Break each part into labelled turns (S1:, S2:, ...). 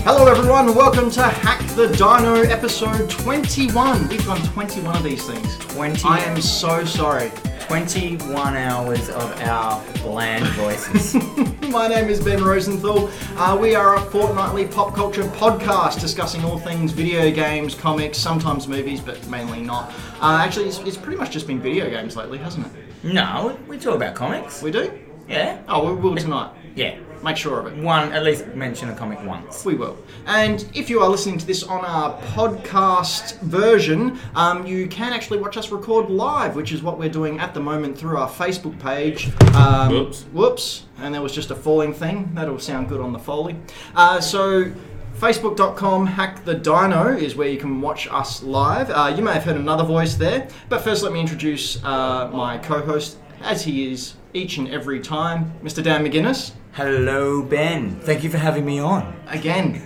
S1: everyone, welcome to Hack the Dino episode 21. We've done 21 of these things.
S2: 20,
S1: I am so sorry.
S2: 21 hours of our bland voices.
S1: My name is Ben Rosenthal. Uh, we are a fortnightly pop culture podcast discussing all things video games, comics, sometimes movies, but mainly not. Uh, actually, it's, it's pretty much just been video games lately, hasn't it?
S2: no, we talk about comics.
S1: We do?
S2: Yeah?
S1: Oh, we will tonight.
S2: Yeah.
S1: Make sure of it.
S2: One, at least mention a comic once.
S1: We will. And if you are listening to this on our podcast version, um, you can actually watch us record live, which is what we're doing at the moment through our Facebook page. Um,
S3: Whoops.
S1: Whoops. And there was just a falling thing. That'll sound good on the Foley. Uh, so. Facebook.com hack the dino is where you can watch us live. Uh, you may have heard another voice there, but first let me introduce uh, my co host, as he is each and every time, Mr. Dan McGuinness.
S2: Hello, Ben. Thank you for having me on.
S1: Again.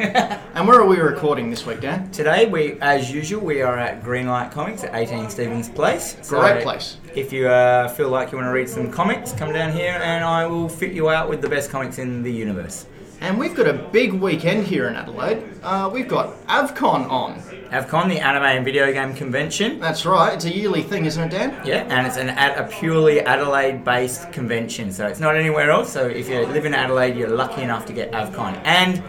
S1: and where are we recording this week, Dan?
S2: Today, we, as usual, we are at Greenlight Comics at 18 Stevens Place. So
S1: Great place.
S2: If you uh, feel like you want to read some comics, come down here and I will fit you out with the best comics in the universe.
S1: And we've got a big weekend here in Adelaide. Uh, we've got AvCon on.
S2: AvCon, the anime and video game convention.
S1: That's right, it's a yearly thing, isn't it, Dan?
S2: Yeah, and it's an ad- a purely Adelaide-based convention, so it's not anywhere else. So if you live in Adelaide, you're lucky enough to get AvCon, and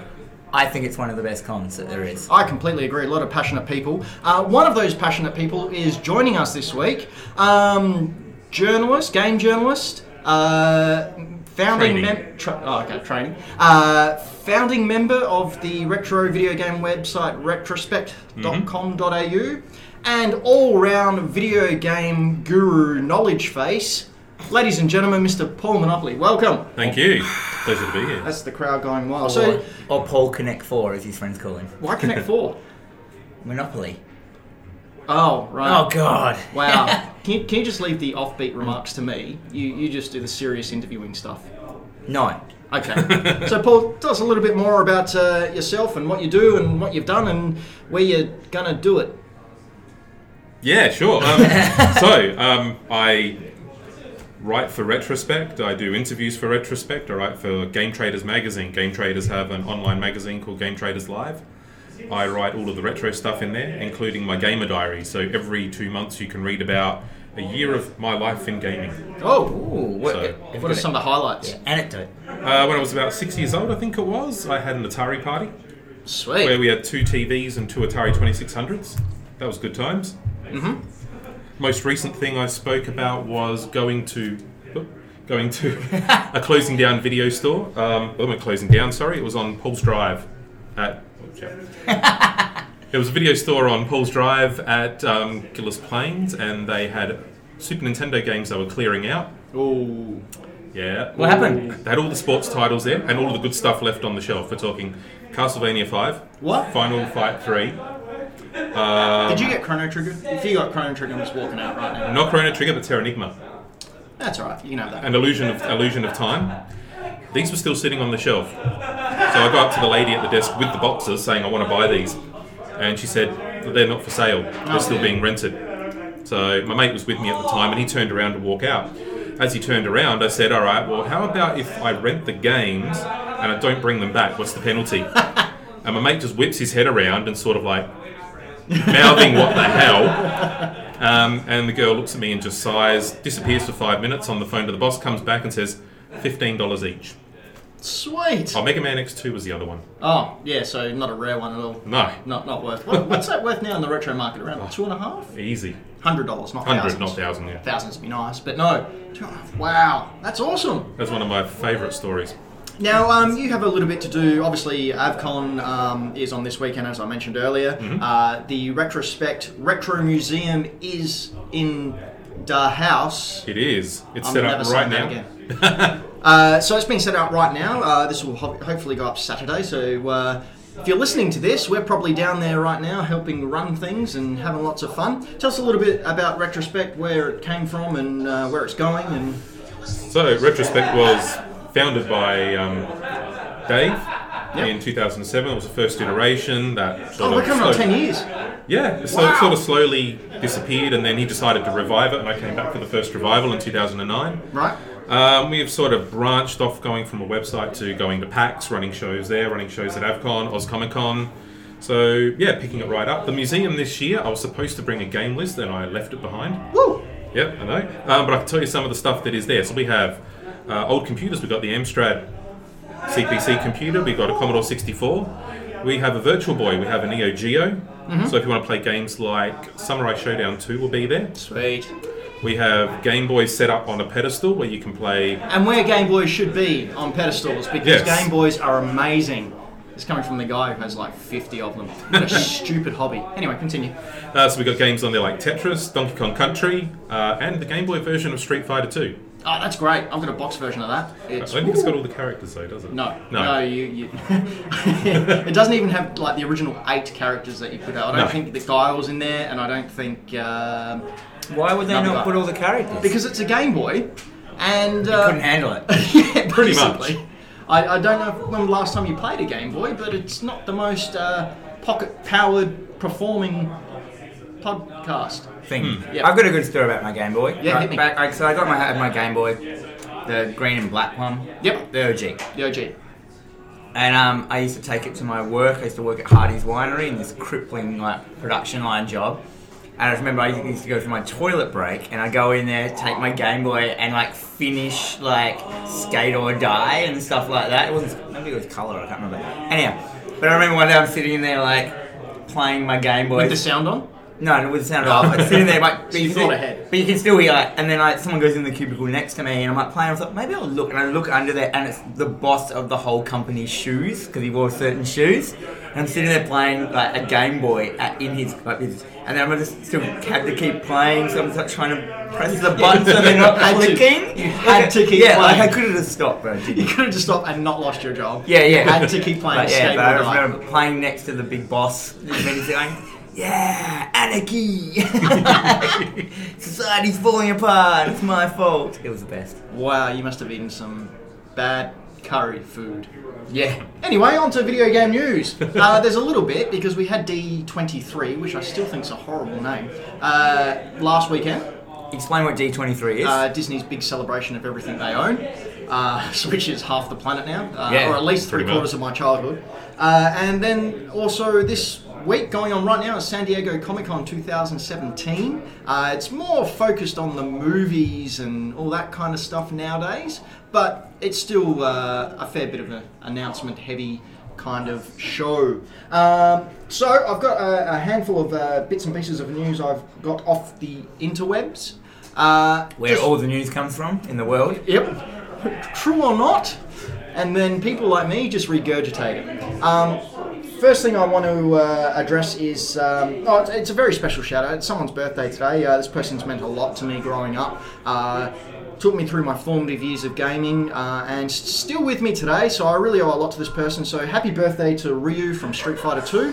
S2: I think it's one of the best cons that there is.
S1: I completely agree. A lot of passionate people. Uh, one of those passionate people is joining us this week. Um, journalist, game journalist, uh, founding
S3: Training.
S1: mem- tra- oh, okay, training. Uh, founding member of the retro video game website retrospect.com.au, and all-round video game guru knowledge face. Ladies and gentlemen, Mr. Paul Monopoly, welcome.
S3: Thank you. Pleasure to be here.
S1: That's the crowd going wild.
S2: Or,
S1: So,
S2: or Paul Connect Four, as his friends call him.
S1: why Connect Four?
S2: Monopoly.
S1: Oh, right.
S2: Oh God.
S1: Wow. can, you, can you just leave the offbeat remarks to me? You, you just do the serious interviewing stuff.
S2: No.
S1: Okay. so, Paul, tell us a little bit more about uh, yourself and what you do and what you've done and where you're going to do it.
S3: Yeah, sure. Um, so, um, I write for Retrospect. I do interviews for Retrospect. I write for Game Traders Magazine. Game Traders have an online magazine called Game Traders Live. I write all of the retro stuff in there, including my gamer diary. So, every two months, you can read about a year of my life in gaming.
S2: Ooh.
S1: Oh,
S2: What,
S3: So-
S2: if
S1: what are
S2: you-
S1: some of the highlights?
S2: anecdote?
S3: Uh, when I was about six years old, I think it was, I had an Atari party where
S1: Sweet.
S3: we had two TVs and two Atari 2600s. That was good times.
S1: Mhm.
S2: Mm-hmm.
S3: Most recent thing I spoke about was going to oop, going to a closing down video store. Um, well, not closing down. Sorry, it was on Paul's Drive at. oh, shit. It was a video store on Paul's Drive at um, Gillis Plains, and they had Super Nintendo games they were clearing out.
S1: Ooh.
S3: Yeah.
S2: What happened?
S3: They had all the sports titles there and all of the good stuff left on the shelf. We're talking Castlevania 5,
S1: What?
S3: Final Fight 3. Um,
S1: Did you get Chrono Trigger? If you got Chrono Trigger, I'm just walking out right now.
S3: Not Chrono Trigger, but Terranigma.
S1: That's all right. You can have that.
S3: An illusion of, illusion of time. These were still sitting on the shelf. So I go up to the lady at the desk with the boxes saying, I want to buy these. And she said, they're not for sale. They're still being rented. So my mate was with me at the time and he turned around to walk out. As he turned around, I said, All right, well, how about if I rent the games and I don't bring them back? What's the penalty? and my mate just whips his head around and sort of like mouthing, What the hell? Um, and the girl looks at me and just sighs, disappears for five minutes on the phone to the boss, comes back and says, $15 each.
S1: Sweet.
S3: Oh, Mega Man X2 was the other one.
S1: Oh, yeah, so not a rare one at all.
S3: No.
S1: Not not worth. What, what's that worth now in the retro market? Around two and a half?
S3: Easy.
S1: Hundred dollars, not
S3: 100,
S1: thousands.
S3: not 1,000, yeah.
S1: thousands would be nice, but no. Wow, that's awesome.
S3: That's one of my favourite stories.
S1: Now, um, you have a little bit to do. Obviously, Avcon um, is on this weekend, as I mentioned earlier.
S3: Mm-hmm.
S1: Uh, the Retrospect Retro Museum is in the house.
S3: It is. It's
S1: I'm
S3: set
S1: never
S3: up
S1: saying
S3: right now.
S1: that again. uh, so it's being set out right now. Uh, this will ho- hopefully go up Saturday. So uh, if you're listening to this, we're probably down there right now helping run things and having lots of fun. Tell us a little bit about Retrospect, where it came from and uh, where it's going. And
S3: So, Retrospect was founded by um, Dave in 2007. It was the first iteration that
S1: oh,
S3: sort of
S1: we're coming on
S3: slowly-
S1: ten years.
S3: Yeah, so
S1: Wow.
S3: it sort of slowly disappeared, and then he decided to revive it, and I came back for the first revival in 2009.
S1: Right.
S3: Um, we have sort of branched off going from a website to going to PAX, running shows there, running shows at AvCon, Oz Comic Con, So yeah, picking it right up. The museum this year, I was supposed to bring a game list, and I left it behind.
S1: Woo!
S3: Yep, I know. Um, but I can tell you some of the stuff that is there. So we have uh, old computers. We've got the Amstrad CPC computer. We've got a Commodore 64. We have a Virtual Boy. We have a Neo Geo. So if you want to play games like Samurai Showdown 2 will be there.
S1: Sweet.
S3: We have Game Boys set up on a pedestal where you can play.
S1: And where Game Boys should be on pedestals because
S3: Yes.
S1: Game Boys are amazing. It's coming from the guy who has like 50 of them. What a stupid hobby. Anyway, continue.
S3: Uh, so we've got games on there like Tetris, Donkey Kong Country, uh, and the Game Boy version of Street Fighter 2.
S1: Oh, that's great. I've got a box version of that.
S3: I
S1: It's,
S3: don't think it's got all the characters though, does it?
S1: no, no,
S3: No.
S1: you. you it doesn't even have like the original eight characters that you put out. I don't
S3: No.
S1: think the Guile's in there, and I don't think um,
S2: Why would they
S1: Number.
S2: not put all the characters?
S1: because it's a Game Boy, and uh,
S2: couldn't handle it.
S1: yeah,
S3: Pretty much.
S1: basically. I, I don't know when the last time you played a Game Boy, but it's not the most uh, pocket-powered performing podcast.
S2: Thing.
S1: Yeah.
S2: I've got a good story about my Game Boy.
S1: Yeah,
S2: Right,
S1: hit me.
S2: back- like, so I got my had my Game Boy, the green and black one.
S1: Yep.
S2: The OG.
S1: The OG.
S2: And um, I used to take it to my work. I used to work at Hardy's Winery in this crippling like production line job. And I remember I used to go for my toilet break, and I go in there, take my Game Boy, and like finish like Skate or Die and stuff like that. It wasn't maybe it was color. I can't remember. Anyhow, but I remember one day I'm sitting in there like playing my Game Boy.
S1: With the sound on.
S2: No, it wouldn't sound off. I'd sit in there, like, but,
S1: So you
S2: you
S1: thought
S2: still-
S1: ahead.
S2: but you can still hear, like, and then like someone goes in the cubicle next to me, and I'm like playing. I was like, maybe I'll look, and I look under there, and it's the boss of the whole company's shoes because he wore certain shoes. And I'm sitting there playing like a Game Boy at, in his like his, and then I'm just still had to keep playing, so I'm just, like, trying to press the buttons and they're not
S1: Had to.
S2: clicking.
S1: You had
S2: Like,
S1: to keep
S2: yeah, like I
S1: playing.
S2: could have just stopped, but I
S1: You
S2: didn't.
S1: could have just stopped and not lost your job.
S2: Yeah, yeah.
S1: Had to keep playing
S2: But, yeah,
S1: Skateboard
S2: but I
S1: Die.
S2: remember playing next to the big boss. and he's going, yeah, anarchy. Society's falling apart. It's my fault. It was the best.
S1: Wow, you must have eaten some bad curry food.
S2: Yeah.
S1: Anyway, on to video game news. Uh, there's a little bit because we had D23, which I still think's a horrible name, uh, last weekend.
S2: Explain what D23 is.
S1: Uh, Disney's big celebration of everything they own, uh, which is half the planet now, uh,
S2: Yeah,
S1: or at least three
S3: pretty
S1: quarters of my childhood. Uh, and then also this week going on right now is San Diego Comic Con 2017. Uh, it's more focused on the movies and all that kind of stuff nowadays, but it's still uh, a fair bit of an announcement heavy kind of show. Um, so I've got a, a handful of uh, bits and pieces of news I've got off the interwebs. Uh,
S2: where
S1: just-
S2: all the news comes from in the world.
S1: Yep. True or not? And then people like me just regurgitate it. Um, first thing I want to uh, address is um, oh, it's, it's a very special shout out. It's someone's birthday today. Uh, this person's meant a lot to me growing up. Uh, took me through my formative years of gaming uh, and s- still with me today, so I really owe a lot to this person. So happy birthday to Ryu from Street Fighter 2.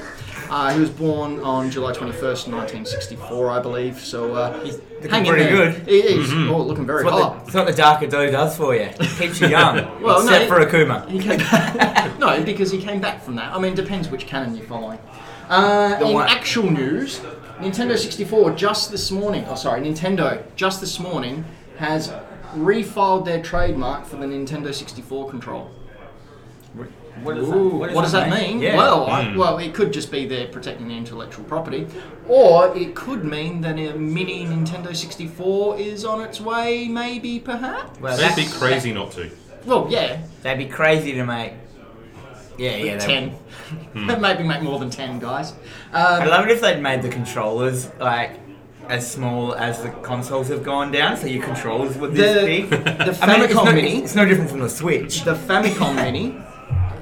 S1: Uh, he was born on July 21st, 1964, I believe. So uh, he's
S2: looking pretty good.
S1: He is. Oh, looking very
S2: It's
S1: hot.
S2: what, the, it's what the darker dough does for you. It keeps you young.
S1: Well, no,
S2: except for
S1: it-
S2: Akuma.
S1: He came back. no, because he came back from that. I mean, it depends which canon you're following. Uh,
S2: The
S1: in
S2: one-
S1: actual news, Nintendo 64 just this morning, oh sorry, Nintendo just this morning has refiled their trademark for the Nintendo 64 control.
S2: What,
S1: what does that mean?
S2: Yeah.
S1: Well, I, well, it could just be they're protecting the intellectual property, or it could mean that a mini Nintendo 64 is on its way, maybe, perhaps.
S2: Well,
S3: That'd be
S2: that's-
S3: crazy not to.
S1: Well, yeah,
S2: That'd be crazy to make. Yeah, yeah. that- Hmm.
S1: ten. maybe make more than ten, guys.
S2: I
S1: Um,
S2: love it if they'd made the controllers like as small as the consoles have gone down, so your controllers were this
S1: The-
S2: big.
S1: the
S2: I mean, it's,
S1: Famicom
S2: no,
S1: Mini.
S2: it's no different from the Switch.
S1: the Famicom Mini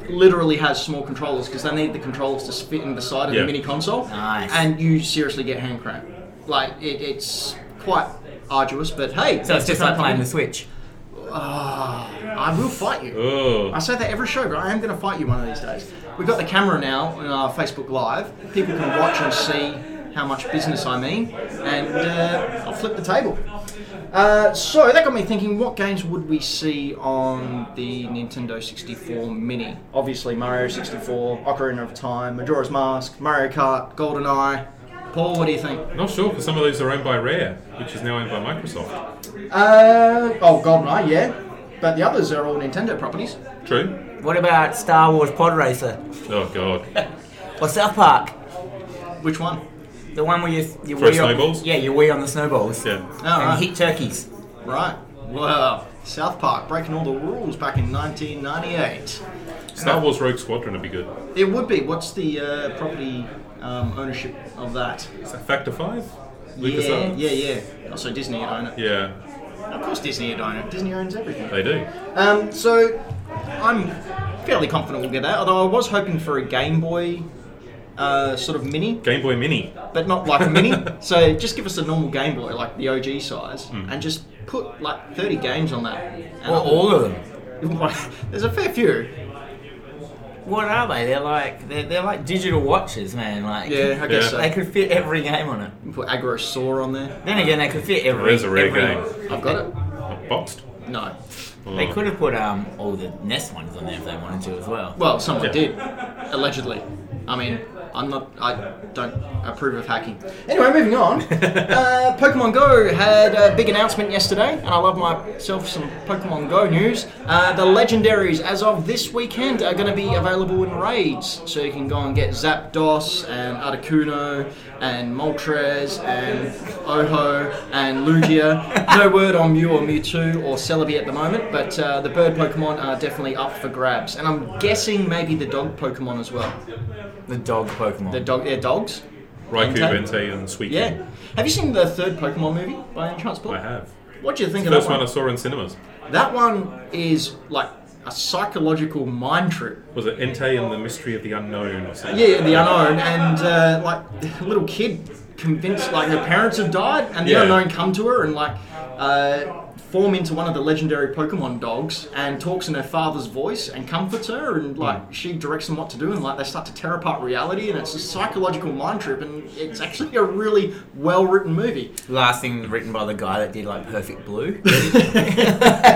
S1: literally has small controllers because they need the controllers to fit in the side of
S3: Yeah.
S1: the mini console.
S2: Nice.
S1: And you seriously get hand cramp. Like it, it's quite arduous, but hey,
S2: so it's just like playing the Switch.
S1: Ah, I will fight you.
S3: Oh,
S1: I say that every show, but I am going to fight you one of these days. We've got the camera now on our Facebook Live. People can watch and see how much business I mean, and uh, I'll flip the table. Uh, so that got me thinking: what games would we see on the Nintendo 64 Mini? Obviously, Mario 64, Ocarina of Time, Majora's Mask, Mario Kart, GoldenEye. Paul, what do you think?
S3: not sure because some of those are owned by Rare, which is now owned by Microsoft.
S1: Uh, oh, GoldenEye, yeah, but the others are all Nintendo properties.
S3: True.
S2: What about Star Wars Pod Racer?
S3: Oh god.
S2: Or South Park.
S1: Which one?
S2: The one where you, you
S3: Throw
S2: wee on-
S3: snowballs?
S2: yeah, you wee on the snowballs.
S3: Yeah.
S1: Oh,
S2: And
S1: right.
S2: hit turkeys.
S1: right. Wow. South Park breaking all the rules back in 1998.
S3: Star Wars Rogue Squadron would be good.
S1: It would be. What's the uh, property um, ownership of that?
S3: Is that Factor 5?
S1: yeah,
S3: LucasArts?
S1: yeah, yeah. Oh, so Disney would own it.
S3: Yeah,
S1: Of course, Disney would own it. Disney owns everything.
S3: they do.
S1: Um, so I'm fairly confident we'll get that. Although I was hoping for a Game Boy uh, sort of mini,
S3: Game Boy Mini.
S1: but not like a mini. so just give us a normal Game Boy, like the OG size,
S2: Hmm.
S1: and just put like 30 games on that. And
S2: Or all of them.
S1: There's a fair few.
S2: What are they? They're like they're, they're like digital watches, man. Like
S1: Yeah, I guess
S3: Yeah.
S2: they could fit every game on it.
S1: so. Put Agrosaur on there.
S2: Then again, they could fit every.
S3: There is a rare
S2: every-
S3: game.
S1: I've got it.
S3: Not boxed.
S1: No.
S2: They could have put um all the Nest ones on there if they wanted to as well.
S1: Well, someone
S3: Yeah.
S1: did, allegedly. I mean, I'm not. I don't approve of hacking. Anyway, moving on. uh, Pokemon Go had a big announcement yesterday, and I love myself some Pokemon Go news. Uh, the legendaries, as of this weekend, are going to be available in raids, so you can go and get Zapdos and Articuno and Moltres and Oho and Lugia. no word on Mew or Mewtwo or Celebi at the moment, but uh, the bird Pokemon are definitely up for grabs, and I'm guessing maybe the dog Pokemon as well.
S2: The dog Pokemon.
S1: The dog, they're dogs.
S3: Raikou,
S1: Entei.
S3: Entei, and Suicune.
S1: Yeah. Have you seen the third Pokemon movie by any chance, Paul?
S3: I have.
S1: What do you think of
S3: First
S1: that
S3: one
S1: one?
S3: I saw in cinemas.
S1: That one is like a psychological mind trip.
S3: Was it Entei and the Mystery of the Unknown or something?
S1: Yeah, the unknown, and uh, like a little kid convinced like her parents have died, and the
S3: Yeah.
S1: unknown come to her and like uh, form into one of the legendary Pokemon dogs, and talks in her father's voice and comforts her, and like she directs them what to do, and like they start to tear apart reality, and it's a psychological mind trip, and it's actually a really well written movie.
S2: Last thing written by the guy that did like Perfect Blue.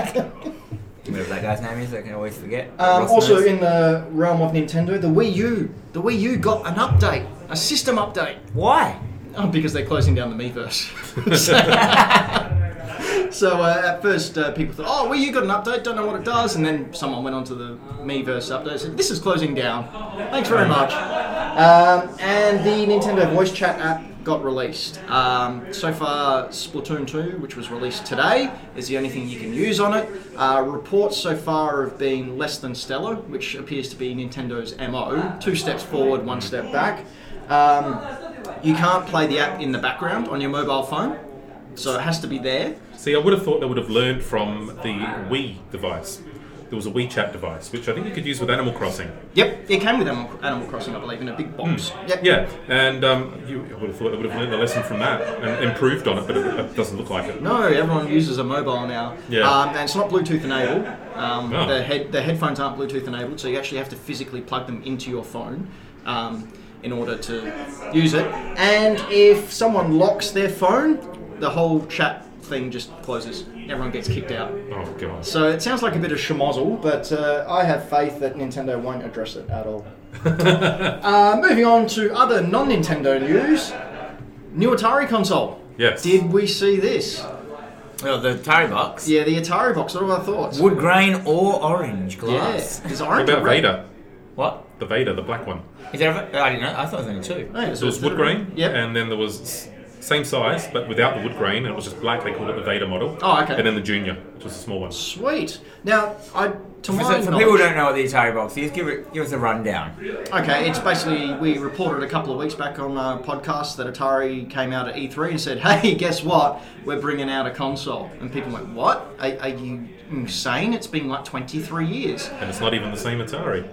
S2: Whatever that guy's name is, I can always forget.
S1: Um,
S2: Ross
S1: also,
S2: knows.
S1: in the realm of Nintendo, the Wii U, the Wii U got an update, a system update.
S2: why?
S1: Oh, because they're closing down the Miiverse. so so uh, at first, uh, people thought, "Oh, well, you got an update. Don't know what it does." And then someone went onto the Miiverse update. and Said, this is closing down. Thanks very much. Um, and the Nintendo voice chat app got released. Um, so far, Splatoon 2, which was released today, is the only thing you can use on it. Uh, reports so far have been less than stellar, which appears to be Nintendo's MO: two steps forward, one step back. Um, you can't play the app in the background on your mobile phone, so it has to be there.
S3: See, I would have thought they would have learned from the Wii device. There was a WeChat device, which I think you could use with Animal Crossing.
S1: Yep, it came with Animal, Animal Crossing, I believe, in a big box. Yep.
S3: Hmm. Yeah, and um, you I would have thought they would have learned the lesson from that and improved on it, but it, it doesn't look like it.
S1: No, everyone uses a mobile now.
S3: Yeah.
S1: Um, and it's not Bluetooth enabled. Um,
S3: Oh.
S1: the, head, the headphones aren't Bluetooth enabled, so you actually have to physically plug them into your phone um, in order to use it. And if someone locks their phone, the whole chat thing just closes. Everyone gets kicked out.
S3: Oh, God.
S1: So it sounds like a bit of schmozzle, but uh, I have faith that Nintendo won't address it at all. uh, moving on to other non Nintendo news new Atari console.
S3: Yes.
S1: Did we see this?
S2: Well, the Atari box.
S1: Yeah, the Atari box. What are our thoughts?
S2: Wood grain or orange glass.
S1: Yeah. Is
S3: What
S1: orange
S3: about
S1: red?
S3: Vader?
S2: What?
S3: The Vader, the black one.
S2: Is there? A, I didn't know. I thought it was only two.
S1: Oh, yeah, so
S3: So it was
S1: it's
S3: wood
S1: literally-
S3: grain,
S1: Yep.
S3: and then there was s- same size but without the wood grain, and it was just black. They called it the Vader model.
S1: Oh, okay.
S3: And then the Junior, which was the small one.
S1: Sweet. Now, I to
S2: For,
S1: my
S2: so- for
S1: knowledge-
S2: people who don't know what the Atari box is, give it give us a rundown.
S1: Okay, it's basically we reported a couple of weeks back on our podcast that Atari came out at E3 and said, "Hey, guess what? We're bringing out a console." And people went, "What? Are, are you insane? It's been like 23 years."
S3: And it's not even the same Atari.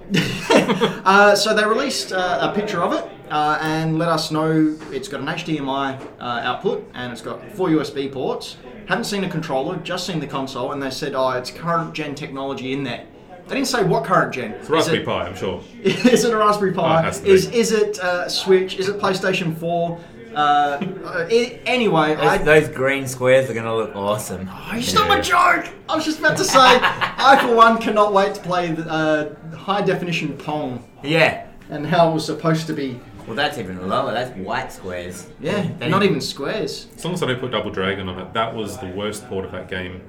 S1: Uh, so they released uh, a picture of it uh, and let us know it's got an HDMI uh, output and it's got four USB ports. Haven't seen a controller, just seen the console, and they said, "Oh, it's current gen technology in there." They didn't say what current gen.
S3: It's Raspberry Pi, I'm sure.
S1: is it a Raspberry Pi?
S3: Oh, it has to
S1: is
S3: be.
S1: is it uh, Switch? Is it PlayStation Four? Uh, uh, i- anyway,
S2: Those,
S1: I.
S2: those green squares are going to look awesome.
S1: Oh, you stole my joke! I was just about to say, I for one cannot wait to play the, uh, high definition Pong
S2: Yeah.
S1: and how it was supposed to be.
S2: Well, that's even lower. That's white squares.
S1: Yeah,
S2: They-
S1: not even squares.
S3: As long as I don't put Double Dragon on it, that was the worst port of that game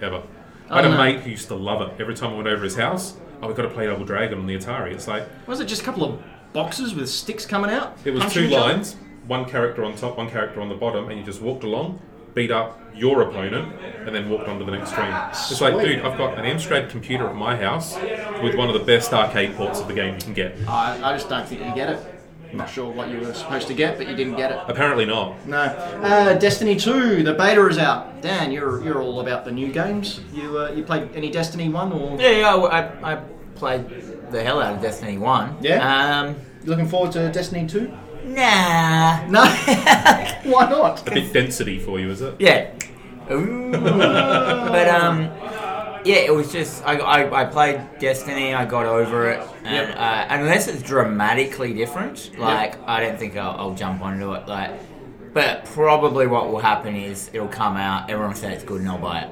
S3: ever. I
S1: Oh,
S3: had a
S1: no.
S3: mate who used to love it. Every time I went over his house, oh, we've got to play Double Dragon on the Atari. It's like,
S1: Was it just a couple of boxes with sticks coming out.
S3: It was
S1: punching
S3: two
S1: each other.
S3: lines, one character on top, one character on the bottom, and you just walked along, beat up your opponent, and then walked on to the next stream. It's like,
S1: Sweet.
S3: dude, I've got an Amstrad computer at my house with one of the best arcade ports of the game you can get.
S1: I, I just don't think you get it. I'm not sure what you were supposed to get, but you didn't get it.
S3: Apparently not.
S1: No. Uh, Destiny 2, the beta is out. Dan, you're you're all about the new games. You uh, you played any Destiny 1 or
S2: Yeah, yeah. I, I played the hell out of Destiny One.
S1: Yeah?
S2: Um,
S1: you looking forward to Destiny 2?
S2: nah.
S1: No. Why not?
S3: A bit density for you, is it?
S2: Yeah. Ooh. but um, yeah, it was just I, I, I played Destiny. I got over it, and
S1: Yep.
S2: uh, unless it's dramatically different, like
S1: Yep.
S2: I don't think I'll, I'll jump onto it. Like, but probably what will happen is it'll come out. Everyone will say it's good, and I'll buy it.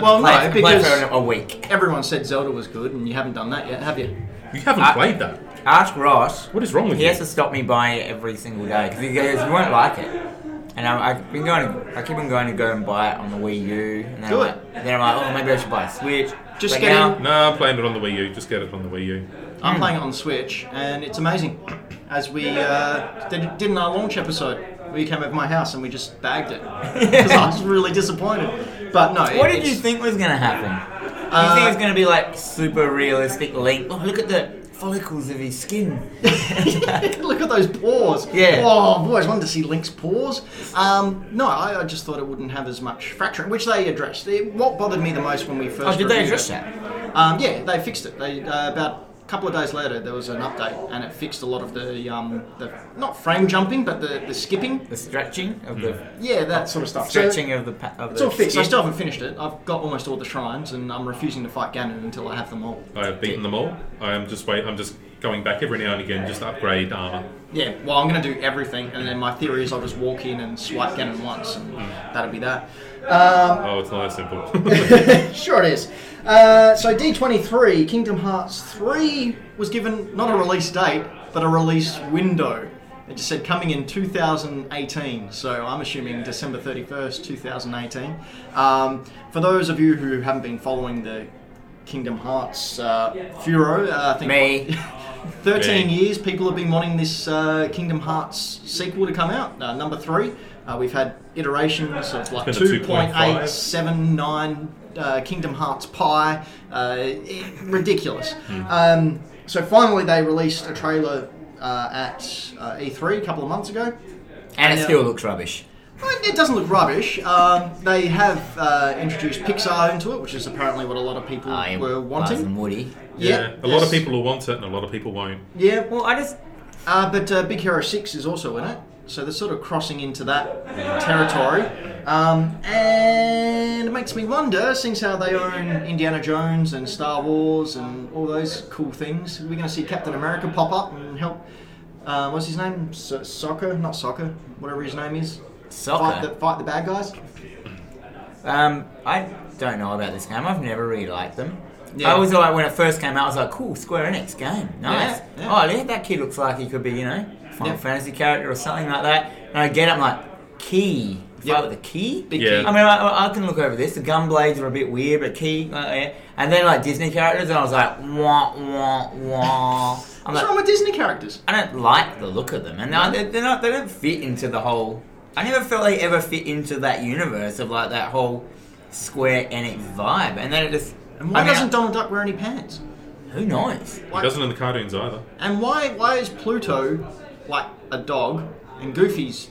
S1: Well,
S2: Play,
S1: no,
S2: it- play it for
S1: because
S2: a week.
S1: everyone said Zelda was good, and you haven't done that yet, have you?
S3: You haven't
S2: Uh,
S3: played that.
S2: Ask Ross.
S3: What is wrong with
S2: He
S3: you?
S2: has to stop me buying it every single day because he goes, "You won't like it." And i I've been going. To, I keep on going to go and buy it on the Wii U, and then,
S1: Do
S2: I'm
S1: it.
S2: like, then I'm like, "Oh, maybe I should buy a Switch."
S1: Just
S2: But
S1: get
S2: now-
S1: in-
S3: No, I'm playing it on the Wii U. Just get it on the Wii U.
S1: I'm
S2: Hmm.
S1: playing it on Switch, and it's amazing. As we uh, did, did in our launch episode, we came over my house and we just bagged it because I was really disappointed. But no,
S2: What
S1: it-
S2: did you
S1: it's-
S2: think was going to happen? Do you
S1: Uh,
S2: think it's going to be like super realistic Link? Oh, look at the follicles of his skin.
S1: Look at those paws.
S2: Yeah.
S1: Oh, boys, wanted to see Link's paws. Um, no, I, I just thought it wouldn't have as much fracturing, which they addressed. It, what bothered me the most when we first.
S2: oh, did they
S1: reviewed
S2: address
S1: it-
S2: that?
S1: Um, yeah, they fixed it. They uh, about a couple of days later there was an update and it fixed a lot of the um, the not frame jumping but the, the skipping.
S2: The stretching of
S3: Mm.
S2: the
S1: Yeah, that sort of stuff. So-
S2: stretching of the pa- of
S1: It's
S2: the
S1: all fixed. I
S2: skin.
S1: still haven't finished it. I've got almost all the shrines, and I'm refusing to fight Ganon until I have them all.
S3: I have beaten them all. I am just wait. I'm just going back every now and again just to upgrade armor.
S1: Yeah, well, I'm going to do everything, and then my theory is I'll just walk in and swipe Ganon once, and that'll be that. Um,
S3: Oh, it's not that simple.
S1: sure it is. Uh, so D23, Kingdom Hearts 3 was given not a release date, but a release window. It just said coming in 2018, so I'm assuming December 31st, 2018. Um, for those of you who haven't been following the Kingdom Hearts uh, Furo, uh, I think
S2: Me.
S1: 13
S3: Me.
S1: years people have been wanting this uh, Kingdom Hearts sequel to come out, uh, number three. Uh, we've had iterations of like
S3: It's been a 2.5.
S1: 2.879 uh, Kingdom Hearts Pi. Uh, it- ridiculous.
S3: Hmm.
S1: Um, so finally, they released a trailer uh, at uh, E3 a couple of months ago.
S2: And it
S1: Yeah.
S2: still looks rubbish.
S1: Well, It doesn't look rubbish. Um, they have uh, introduced Pixar into it, which is apparently what a lot of people
S2: I am
S1: were wanting.
S2: Buzz Woody.
S3: yeah, a lot of
S1: yes.
S3: people will want it, and a lot of people won't.
S1: Yeah,
S2: Well, I just
S1: Uh, but uh, Big Hero 6 is also in it, so they're sort of crossing into that territory. Um, and it makes me wonder, since how they own Indiana Jones and Star Wars and all those cool things, are we going to see Captain America pop up and help? Uh, what's his name? So- soccer? Not soccer. Whatever his name is. Fight the,
S2: soccer.
S1: fight the bad guys?
S2: Um, I don't know about this game. I've never really liked them.
S1: Yeah.
S2: I was like when it first came out, I was like, "Cool, Square Enix game, nice."
S1: Yeah, yeah.
S2: Oh, yeah, that kid looks like he could be, you know, Final
S1: Yep.
S2: Fantasy character or something like that. And I get, it, I'm like, "Key,
S1: Yep.
S2: fight with a key."
S1: Big
S3: Yeah.
S1: key.
S2: I mean, I, I can look over this. The gun blades are a bit weird, but key, uh, yeah. and then like Disney characters, and I was like, "Wah wah wah." I'm
S1: What's
S2: like,
S1: wrong with Disney characters?
S2: I don't like the look of them, and I- they're, they're not. They don't fit into the whole. I never felt they ever fit into that universe of like that whole Square Enix vibe, and then it just.
S1: And why
S2: I mean,
S1: doesn't Donald Duck wear any pants?
S2: who knows?
S3: It doesn't in the cartoons either.
S1: And why why is Pluto like a dog and Goofy's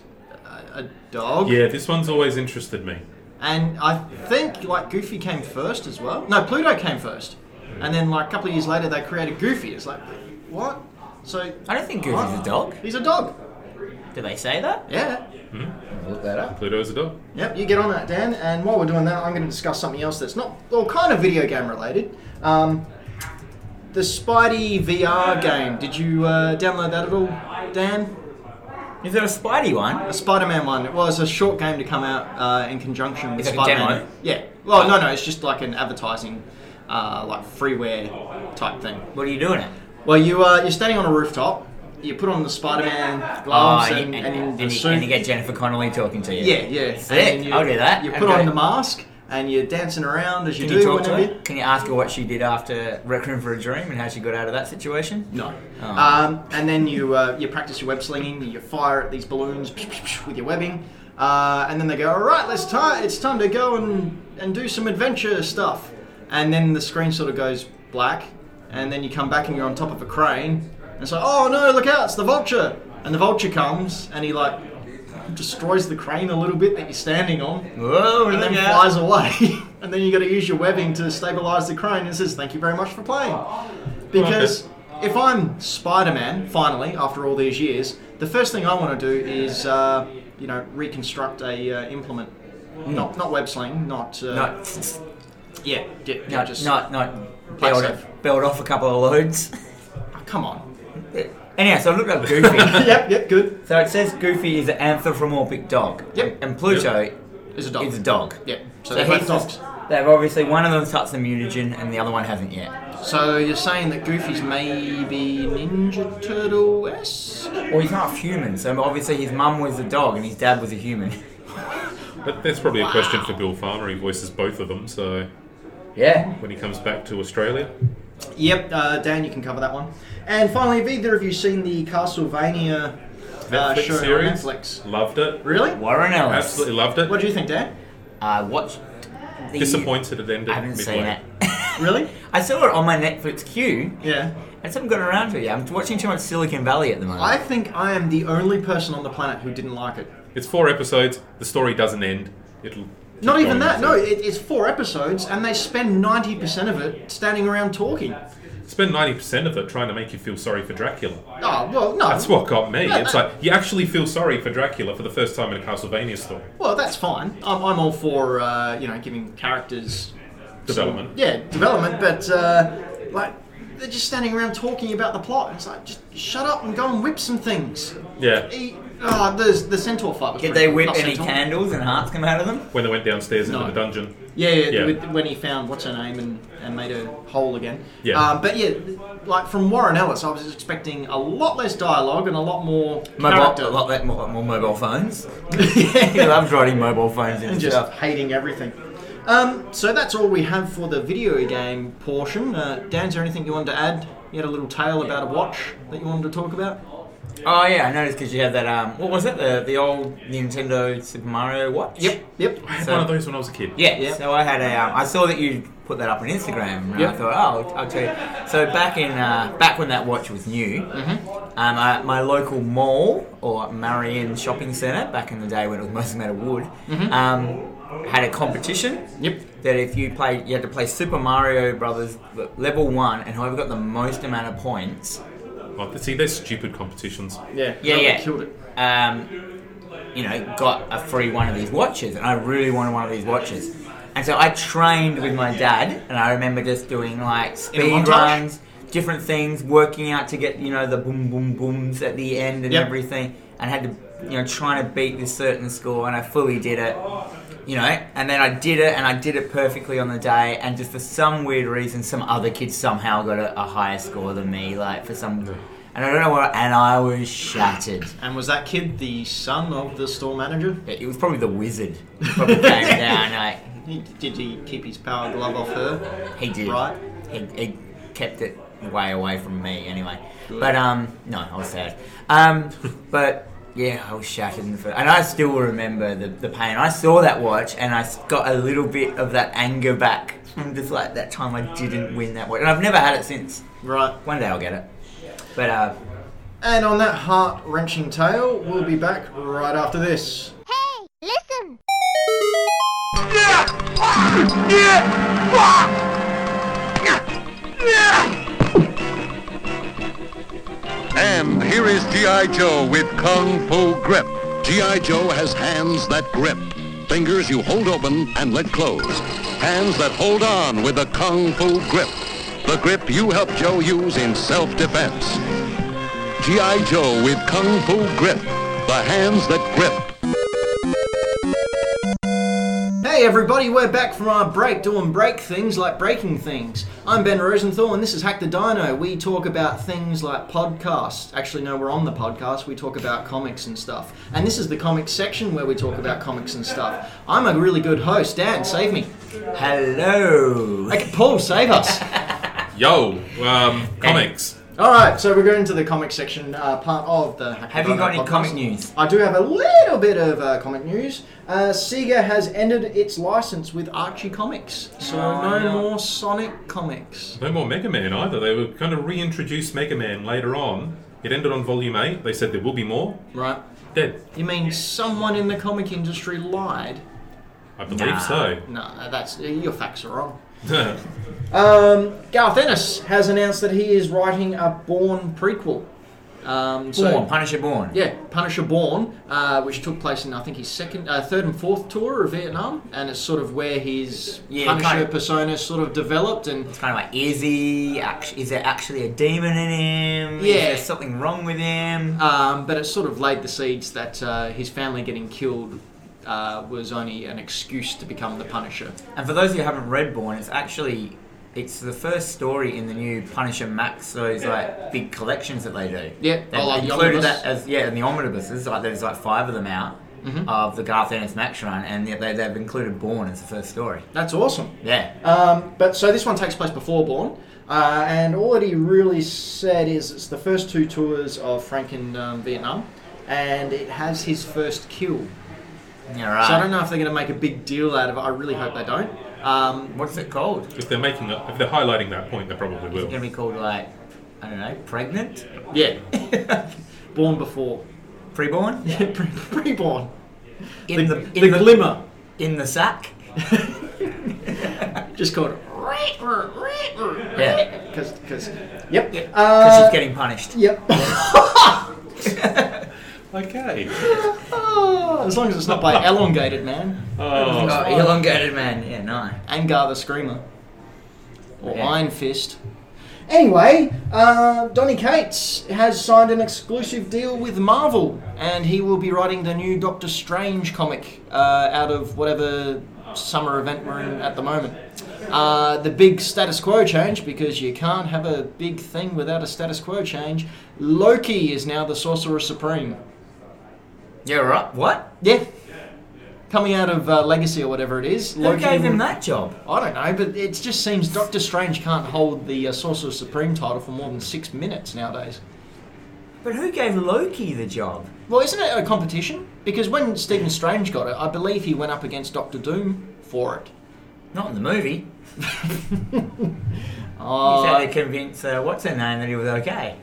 S1: a, a dog?
S3: Yeah, this one's always interested me.
S1: And I think like Goofy came first as well. No, Pluto came first, and then like a couple of years later they created Goofy. It's like what? So
S2: I don't think Goofy's a dog.
S1: he's a dog.
S2: Do they say that?
S1: Oh. Yeah.
S2: Hmm? Look that up.
S3: Pluto's a dog.
S1: Yep, you get on that, Dan. And while we're doing that, I'm going to discuss something else that's not, well, kind of video game related. Um, the Spidey VR game. Did you uh, download that at all, Dan?
S2: Is there a Spidey one?
S1: A Spider-Man one. It was a short game to come out uh, in conjunction with
S2: It's like a
S1: Spider-Man.
S2: demo? Oh.
S1: Yeah. Well, no, no. It's just like an advertising, uh, like freeware type thing.
S2: What are you doing it?
S1: Well, you uh, you're standing on a rooftop. You put on the Spider-Man gloves
S2: Oh,
S1: and, and, the
S2: you,
S1: suit.
S2: and you get Jennifer Connelly talking to you.
S1: yeah, yeah.
S2: Sick.
S1: And you,
S2: I'll do that.
S1: You
S2: I've
S1: put
S2: got
S1: on
S2: it.
S1: the mask and you're dancing around as you
S2: Can
S1: do
S2: you talk to
S1: whenever
S2: her? Can you ask her what she did after Rec Room for a Dream and how she got out of that situation?
S1: No.
S2: Oh.
S1: Um, and then you uh, you practice your web slinging. You fire at these balloons with your webbing, uh, and then they go, "All right, let's time. It's time to go and and do some adventure stuff." And then the screen sort of goes black, and then you come back and you're on top of a crane, and it's like, "Oh no, look out! It's the vulture!" And the vulture comes, and he like destroys the crane a little bit that you're standing on
S2: Whoa,
S1: and then
S2: look
S1: flies
S2: out.
S1: away. and then you got to use your webbing to stabilize the crane and says, "Thank you very much for playing." Because if I'm Spider-Man, finally after all these years, the first thing I want to do is, uh, you know, reconstruct a uh, implement. Not not web sling, not uh,
S2: Not,
S1: yeah, yeah, yeah,
S2: not,
S1: just
S2: not, not
S1: Play
S2: bailed,
S1: safe.
S2: bailed off a couple of loads.
S1: oh, come on.
S2: Anyhow, so I looked up Goofy.
S1: yep, yep, good.
S2: so it says Goofy is an anthropomorphic dog.
S1: Yep.
S2: And Pluto
S1: Is a dog.
S2: is a dog.
S1: Yep. So,
S2: So,
S1: they're both
S2: he's
S1: dogs.
S2: just, they've obviously one of them touched the mutagen and the other one hasn't yet.
S1: So you're saying that Goofy's maybe Ninja Turtle esque?
S2: Well, he's half human, so obviously his mum was a dog and his dad was a human.
S3: But that's probably a question for Bill Farmer. He voices both of them, so
S2: yeah.
S3: when he comes back to Australia,
S1: Yep, uh, Dan, you can cover that one. And finally, have either of you seen the Castlevania uh,
S3: Netflix
S1: show on
S3: series.
S1: Netflix?
S3: loved it.
S1: Really?
S2: Warren Ellis.
S3: Absolutely loved it.
S1: What do you think, Dan?
S2: I watched. The,
S3: Disappointed it ended
S2: I haven't
S3: midway.
S2: seen it.
S1: Really?
S2: I saw it on my Netflix queue.
S1: Yeah.
S2: I just haven't gotten around to it yet. I'm watching too much Silicon Valley at the moment.
S1: I think I am the only person on the planet who didn't like it.
S3: It's four episodes. The story doesn't end. It'll keep
S1: Not even
S3: going,
S1: that. No,
S3: so-
S1: it, it's four episodes, and they spend ninety percent of it standing around talking.
S3: Spend ninety percent of it trying to make you feel sorry for Dracula.
S1: Oh well, no.
S3: That's what got me.
S1: No,
S3: It's
S1: no.
S3: like you actually feel sorry for Dracula for the first time in a Castlevania story.
S1: Well, that's fine. I'm, I'm all for uh, you know giving characters
S3: Development.
S1: Yeah, development, but uh, like they're just standing around talking about the plot. It's like just shut up and go and whip some things.
S3: Yeah.
S1: He, oh, the the centaur fight. Was
S2: Did
S1: pretty
S2: they
S1: good.
S2: whip
S1: Not
S2: any
S1: centaur.
S2: candles and hearts come out of them?
S3: When they went downstairs
S1: No.
S3: into the dungeon.
S1: Yeah, yeah,
S3: Yeah.
S1: With, when he found what's her name and, and made her whole again.
S3: Yeah.
S1: Um, but yeah, like from Warren Ellis, I was expecting a lot less dialogue and a lot more
S2: Mobile,
S1: character.
S2: a lot that more, more mobile phones. he loves writing mobile phones and
S1: and just
S2: stuff.
S1: hating everything. Um, so that's all we have for the video game portion. Uh, Dan, is there anything you wanted to add? You had a little tale about a watch that you wanted to talk about.
S2: Oh yeah, I noticed because you had that. Um, what was it? The the old Nintendo Super Mario watch.
S1: Yep.
S3: I had
S2: So-
S3: one of those when I was a kid.
S2: Yeah,
S1: Yeah.
S2: so I had a. Um, I saw that you put that up on Instagram, and
S1: Yeah.
S2: I thought, oh, I'll, I'll tell you. So back in uh, back when that watch was new,
S1: Mm-hmm.
S2: um, I, my local mall or Marion Shopping Centre back in the day when it was mostly made of wood,
S1: Mm-hmm.
S2: um, had a competition.
S1: Yep.
S2: That if you played, you had to play Super Mario Brothers level one, and whoever got the most amount of points,
S3: Oh, see, they're stupid competitions.
S1: Yeah.
S2: Yeah,
S1: they
S2: yeah.
S1: Killed it.
S2: um, you know, got a free one of these watches, and I really wanted one of these watches. And so I trained with my dad, and I remember just doing like
S1: In a
S2: speed
S1: montage?
S2: runs, different things, working out to get you know the boom boom booms at the end and
S1: Yep.
S2: everything, and had to you know trying to beat this certain score, and I fully did it. You know, and then I did it, and I did it perfectly on the day, and just for some weird reason, some other kid somehow got a, a higher score than me, like for some, and I don't know what, and I was shattered.
S1: And was that kid the son of the store manager?
S2: It was probably the wizard. who Probably came down. Like,
S1: He, did he keep his power glove off her?
S2: he did.
S1: Right.
S2: He, he kept it way away from me anyway. But um, no, I was sad. Um, but yeah, I was shattered. In the first, and I still remember the, the pain. I saw that watch and I s- got a little bit of that anger back from just like that time I didn't win that watch. And I've never had it since.
S1: Right.
S2: One day I'll get it. But uh,
S1: And on that heart wrenching tale, we'll be back right after this.
S4: Hey, listen!
S5: And here is G.I. Joe with Kung Fu Grip. G.I. Joe has hands that grip, fingers you hold open and let close, hands that hold on with a Kung Fu Grip, the grip you help Joe use in self-defense. G.I. Joe with Kung Fu Grip, the hands that grip.
S1: Hey everybody, we're back from our break doing break things like breaking things. I'm Ben Rosenthal and this is Hack the Dino. We talk about things like podcasts. Actually, no, we're on the podcast. We talk about comics and stuff. And this is the comics section where we talk about comics and stuff. I'm a really good host. Dan, save me.
S2: Hello.
S1: Okay, Paul, save us.
S3: Yo, um, comics.
S1: All right, so we're going to the comic section uh, part of the. Hack the
S2: Have you
S1: Dino
S2: got any
S1: podcast.
S2: comic news?
S1: I do have a little bit of uh, comic news. Uh, Sega has ended its license with Archie Comics, so no,
S2: no.
S1: more Sonic Comics.
S3: No more Mega Man either. They were going to reintroduce Mega Man later on. It ended on Volume 8. They said there will be more.
S1: Right.
S3: Dead.
S1: You mean someone in the comic industry lied?
S3: I believe
S2: Nah.
S3: so.
S1: No, that's your facts are wrong.
S3: That's
S1: Um, Garth Ennis has announced that he is writing a Born prequel. Um, so-
S2: Born, Punisher Born.
S1: Yeah, Punisher Born, uh, which took place in I think his second, uh, third, and fourth tour of Vietnam, and it's sort of where his
S2: Yeah,
S1: Punisher
S2: kind of-
S1: persona sort of developed, and
S2: It's kind of like, is he? Act- is there actually a demon in him?
S1: Yeah.
S2: Is there something wrong with him?
S1: um, but it sort of laid the seeds that uh, his family getting killed uh, was only an excuse to become the Punisher.
S2: And for those who haven't read Born, it's actually it's the first story in the new Punisher Max those like big collections that they do.
S1: Yeah,
S2: they
S1: oh, like the
S2: included
S1: omnibus. Mm-hmm.
S2: that as yeah, in the omnibuses. Like there's like five of them out of the Garth Ennis Max run, and they, they, they've included Born as the first story.
S1: That's awesome.
S2: Yeah,
S1: Um, but so this one takes place before Born, uh, and all that he really said is it's the first two tours of Frank in um, Vietnam, and it has his first kill.
S2: yeah, right.
S1: So I don't know if they're going to make a big deal out of it. I really hope they don't. Um,
S2: What's it called?
S3: If they're making, a, if they're highlighting that point, they probably
S2: It's
S3: will.
S2: gonna be called like I don't know, pregnant,
S1: yeah. Born before.
S2: preborn,
S1: Pre- Pre-born.
S2: in the,
S1: the,
S2: in the,
S1: glimmer.
S2: in the sack.
S1: Just called it.
S2: Yeah,
S1: Because, because, yep.
S2: because
S1: Uh,
S2: she's getting punished.
S1: Yep.
S3: Okay.
S1: Ah, as long as it's not by Elongated Man
S3: Oh,
S2: Oh, elongated man. Yeah, no.
S1: and Garth the Screamer. Or
S2: Yeah.
S1: Iron Fist. Anyway, uh, Donny Cates has signed an exclusive deal with Marvel, and he will be writing the new Doctor Strange comic uh, out of whatever summer event we're in at the moment. Uh, the big status quo change, because you can't have a big thing without a status quo change. Loki is now the Sorcerer Supreme.
S2: Yeah, right. What?
S1: Yeah. Coming out of uh, Legacy or whatever it is.
S2: Who gave
S1: will-
S2: him that job?
S1: I don't know, but it just seems Doctor Strange can't hold the uh, Sorcerer Supreme title for more than six minutes nowadays.
S2: But who gave Loki the job?
S1: Well, isn't it a competition? Because when Stephen Strange got it, I believe he went up against Doctor Doom for it.
S2: Not in the movie. He's had
S1: Uh,
S2: to convince uh, what's her name that he was okay.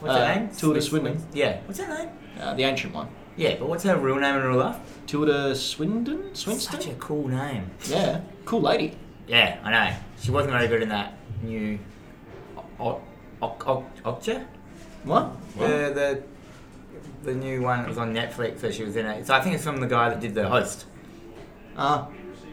S2: What's
S1: Uh,
S2: her name?
S1: Tilda
S2: Swin-
S1: Swinton.
S2: Swin- Yeah. What's her name?
S1: uh, the ancient one.
S2: Yeah, but what's her real name in real life?
S1: Tilda Swindon? Swinston?
S2: Such a cool name.
S1: Yeah. Cool lady.
S2: Yeah, I know. She wasn't very good in that new. O- O- O- Okja?
S1: What?
S2: The, the the new one that was on Netflix where she was in it. So I think it's from the guy that did the host.
S1: Ah.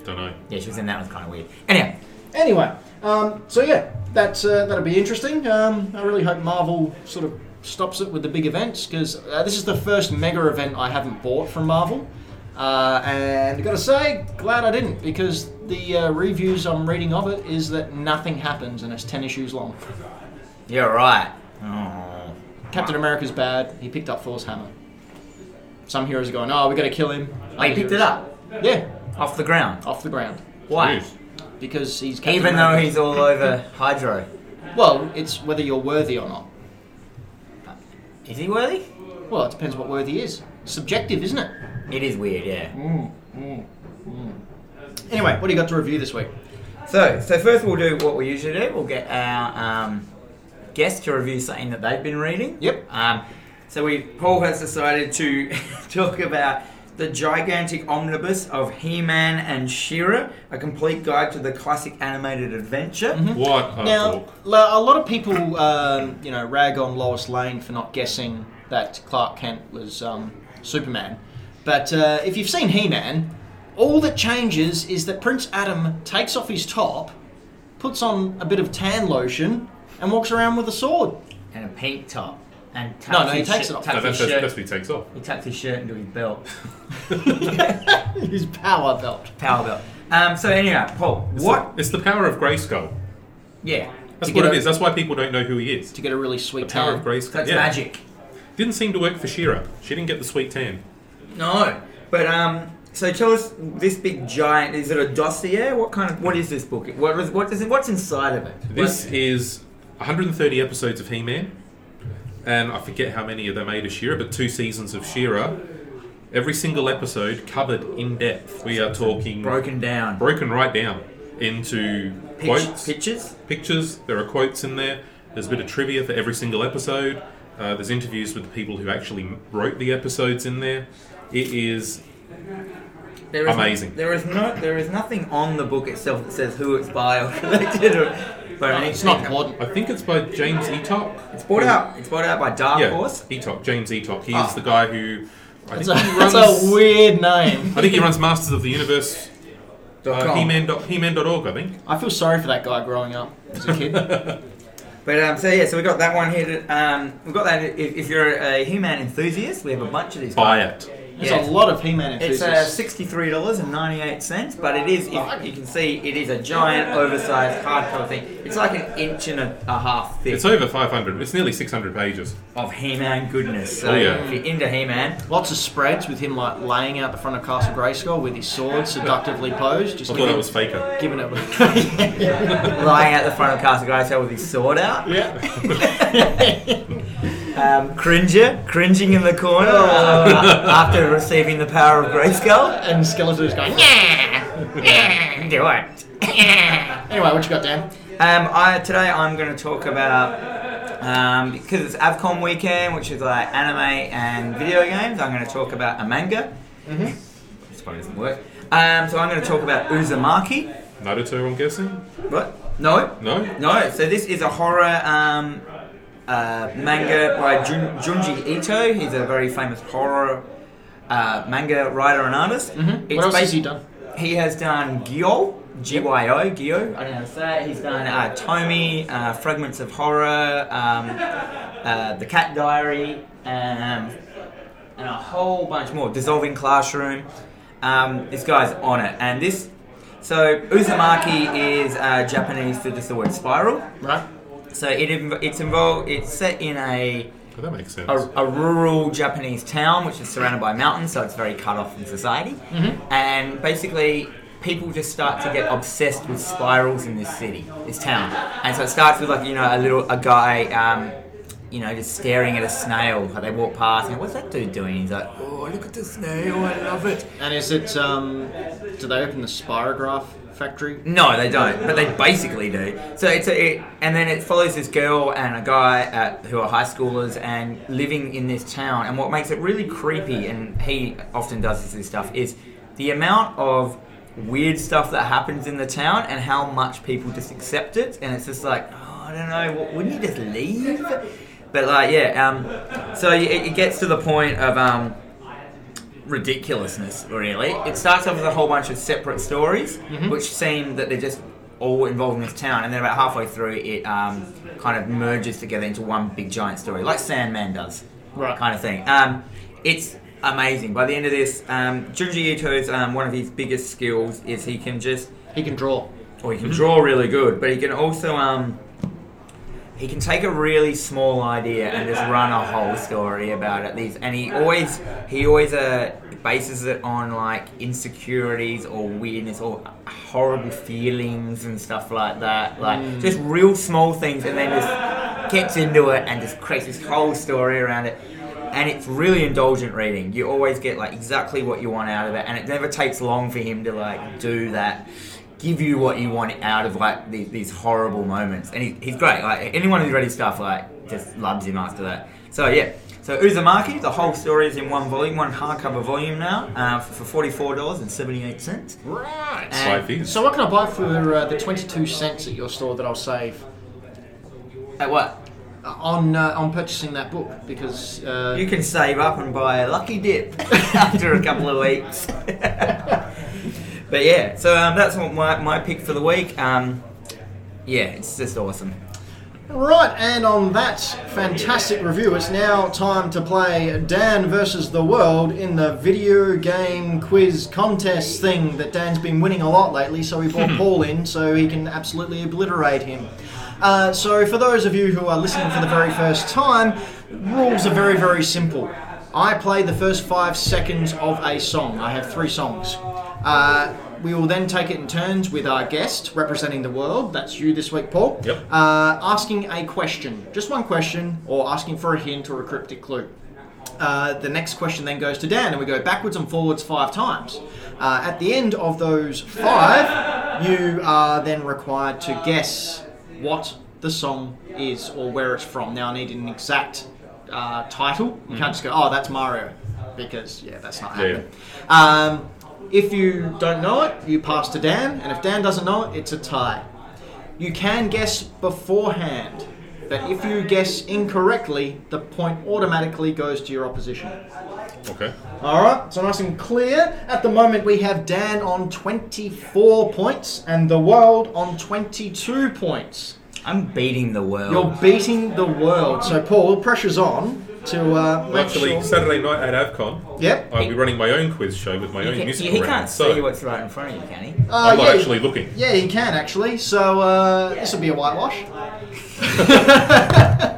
S3: don't know.
S2: Yeah, she was in that one. Kind of weird. Anyhow,
S1: anyway, um, so yeah, that's uh, that'll be interesting. Um, I really hope Marvel sort of stops it with the big events because uh, this is the first mega event I haven't bought from Marvel, uh, and gotta say, glad I didn't because the uh, reviews I'm reading of it is that nothing happens and it's ten issues long.
S2: you're right. Oh.
S1: Captain America's bad. He picked up Thor's hammer. Some heroes are going, "Oh, we gotta kill him."
S2: Oh, you
S1: Other
S2: picked it
S1: heroes-
S2: up
S1: Yeah,
S2: off the ground.
S1: off the ground
S2: Why?
S3: Jeez.
S1: because he's Captain
S2: Even though
S1: America.
S2: he's all over hydro,
S1: well, it's whether you're worthy or not.
S2: is he worthy?
S1: Well, it depends what worthy is. Subjective, isn't it?
S2: It is weird, yeah.
S1: Anyway, what do you got to review this week?
S2: So, so first we'll do what we usually do. We'll get our um, guest to review something that they've been reading.
S1: Yep.
S2: Um, so we Paul has decided to talk about the gigantic omnibus of He-Man and She-Ra, a complete guide to the classic animated adventure.
S1: Mm-hmm.
S3: What a
S1: Now,
S3: book.
S1: lo- a lot of people, um, you know, rag on Lois Lane for not guessing that Clark Kent was um, Superman. But uh, if you've seen He-Man, all that changes is that Prince Adam takes off his top, puts on a bit of tan lotion, and walks around with a sword
S2: And a pink top. and tucks
S1: No, no, he
S2: his
S1: takes
S2: shi-
S1: it off.
S2: tucks
S3: No,
S2: his
S3: that's,
S2: shirt-
S3: that's, that's what he takes off.
S2: he tucks his shirt into his belt,
S1: His power belt.
S2: power belt. Um, so anyhow, Paul, what?
S3: It's the power of Grayskull.
S2: yeah,
S3: That's
S1: To
S3: what
S1: get
S3: it
S1: a-
S3: is. That's why people don't know who he is.
S1: To get a really sweet
S3: Power of
S1: tan.
S3: Grayskull.
S2: that's
S3: yeah.
S2: magic.
S3: Didn't seem to work for Shira. She didn't get the sweet tan.
S2: No, but um, so tell us this big giant. Is it a dossier? What kind of? What is this book? What is, what is it? What's inside of it?
S3: This is 130 episodes of He-Man, and I forget how many of them made of Shira, but two seasons of Shira. Every single episode covered in depth. We are talking
S2: broken down.
S3: broken right down into
S2: Pitch-
S3: quotes,
S2: pictures.
S3: pictures. There are quotes in there. There's a bit of trivia for every single episode. Uh, there's interviews with the people who actually wrote the episodes in there. It is
S2: There is,
S3: Amazing.
S2: There is no. There is nothing on the book itself that says who it's by or collected. Or, but
S1: It's not important.
S3: I think it's by James Etock.
S2: It's bought out. It's bought out by Dark
S3: Yeah,
S2: Horse.
S3: Etock. James Etock. He's
S2: Ah.
S3: the guy who. I
S1: It's
S3: think,
S1: a,
S3: he
S1: it's
S3: runs,
S1: a weird name.
S3: I think he runs Masters of the Universe.
S2: dot
S3: Uh,
S2: com.
S3: He-Man. dot- He-Man.org, I think.
S1: I feel sorry for that guy growing up as a kid.
S2: But um, so yeah, so we got that one here. Um, we got that. If, if you're a He-Man enthusiast, we have a bunch of these.
S3: Buy it.
S1: There's
S2: Yeah.
S1: a lot of He-Man
S2: It's
S1: enthusiasts.
S2: uh, sixty-three dollars and ninety-eight cents, but it is. If you can see, it is a giant, oversized hardcover thing. It's like an inch and a, a half thick
S3: It's over 500. It's nearly 600 pages.
S2: of He-Man goodness. So
S3: Oh, yeah.
S2: if you're into He-Man,
S1: Lots of spreads with him like laying out the front of Castle Grayskull with his sword seductively posed, just
S3: I thought
S1: giving-
S3: that was Faker.
S1: giving it.
S2: lying out the front of Castle Grayskull with his sword out,
S3: Yeah.
S2: um, Cringer cringing in the corner uh, after receiving the power of Grayskull.
S1: and Skeletor's going. Yeah.
S2: Do it.
S1: Anyway, what you got, Dan?
S2: Um, I today I'm going to talk about um, because it's Avcom weekend, which is like anime and video games. I'm going to talk about a manga. Mm-hmm. This one doesn't work. Um, so I'm going to talk about Uzumaki.
S3: Naruto, I'm guessing.
S2: What? No,
S3: No.
S2: no. So this is a horror um, uh, manga by Jun- Junji Ito. He's a very famous horror uh, manga writer and artist. It's
S1: Mm-hmm. what else has
S2: basi-
S1: he done?
S2: he has done Gyo, G-Y-O, Gyo, I don't know how to say it. He's done uh, Tomy, uh, Fragments of Horror, um, uh, The Cat Diary, um, and a whole bunch more. Dissolving Classroom. Um, this guy's on it. And this, so Uzumaki is uh, Japanese for just the word spiral.
S1: Right.
S2: So it, inv- it's involved, it's set in a
S3: Oh, that makes sense.
S2: a, a rural Japanese town which is surrounded by mountains, so it's very cut off from society. And basically, people just start to get obsessed with spirals in this city, this town. And so it starts with like you know a little a guy. Um, you know, just staring at a snail. Like they walk past, and what's that dude doing? He's like, "Oh, look at the snail! I love it."
S1: And is it? Um, do they open the Spirograph factory?
S2: No, they don't. But they basically do. So it's a, it, and then it follows this girl and a guy at, who are high schoolers and living in this town. And what makes it really creepy, and he often does this stuff, is the amount of weird stuff that happens in the town and how much people just accept it. And it's just like, oh, I don't know, w- wouldn't you just leave? But like, yeah. Um, so it, it gets to the point of. Um, ridiculousness, really. It starts off with a whole bunch of separate stories, which seem that they're just all involved in this town, and then about halfway through, it um, kind of merges together into one big giant story, like Sandman does,
S1: Right.
S2: Kind of thing. Um, it's amazing. By the end of this, um, Junji Ito's um, one of his biggest skills is he can just
S1: He can draw.
S2: or he can draw really good, but he can also um, he can take a really small idea and just run a whole story about it. These and he always he always uh, bases it on like insecurities or weirdness or horrible feelings and stuff like that. Like just real small things, and then just gets into it and just creates this whole story around it. And it's really indulgent reading. You always get like exactly what you want out of it, and it never takes long for him to like do that give you what you want out of like these, these horrible moments, and he, he's great. Like anyone who's read his stuff, like just loves him after that. So yeah, so Uzumaki, the whole story is in one volume, one hardcover volume now, uh, for, for forty four dollars and seventy eight cents.
S1: Right.
S3: Five years.
S1: So what can I buy for uh, the twenty-two cents at your store that I'll save
S2: At what?
S1: uh, on uh, on purchasing that book? Because uh,
S2: You can save up and buy a lucky dip after a couple of weeks. but yeah, so um, that's what my, my pick for the week. Um, yeah, it's just awesome.
S1: Right, and on that fantastic review, it's now time to play Dan versus the World in the video game quiz contest thing that Dan's been winning a lot lately, so we brought Paul in so he can absolutely obliterate him. Uh, so, for those of you who are listening for the very first time, rules are very, very simple. I play the first five seconds of a song. I have three songs. Uh, we will then take it in turns with our guest representing the world. That's you this week, Paul.
S3: Yep.
S1: Uh, asking a question, just one question, or asking for a hint or a cryptic clue. Uh, the next question then goes to Dan, and we go backwards and forwards five times. Uh, at the end of those five, you are then required to guess what the song is or where it's from. Now, I need an exact uh, title. You can't just go, oh, that's Mario, because, yeah, that's not
S3: Yeah, yeah.
S1: happening. Um, if you don't know it, you pass to Dan, and if Dan doesn't know it, it's a tie. You can guess beforehand, but if you guess incorrectly, the point automatically goes to your opposition.
S3: Okay.
S1: All right, so nice and clear. At the moment, we have Dan on 24 points and the world on 22 points.
S2: I'm beating the world.
S1: You're beating the world. So, Paul, pressure's on to uh, make
S3: Actually,
S1: sure.
S3: Saturday night at AvCon,
S1: Yep.
S3: I'll be running my own quiz show with my
S2: You
S3: own
S2: can't-
S3: musical
S2: he
S3: round.
S2: can't
S3: so
S2: see what's right in front of you, can he?
S1: Uh,
S3: I'm not
S1: yeah.
S3: actually looking.
S1: Yeah, you can actually. So uh, this will be a whitewash.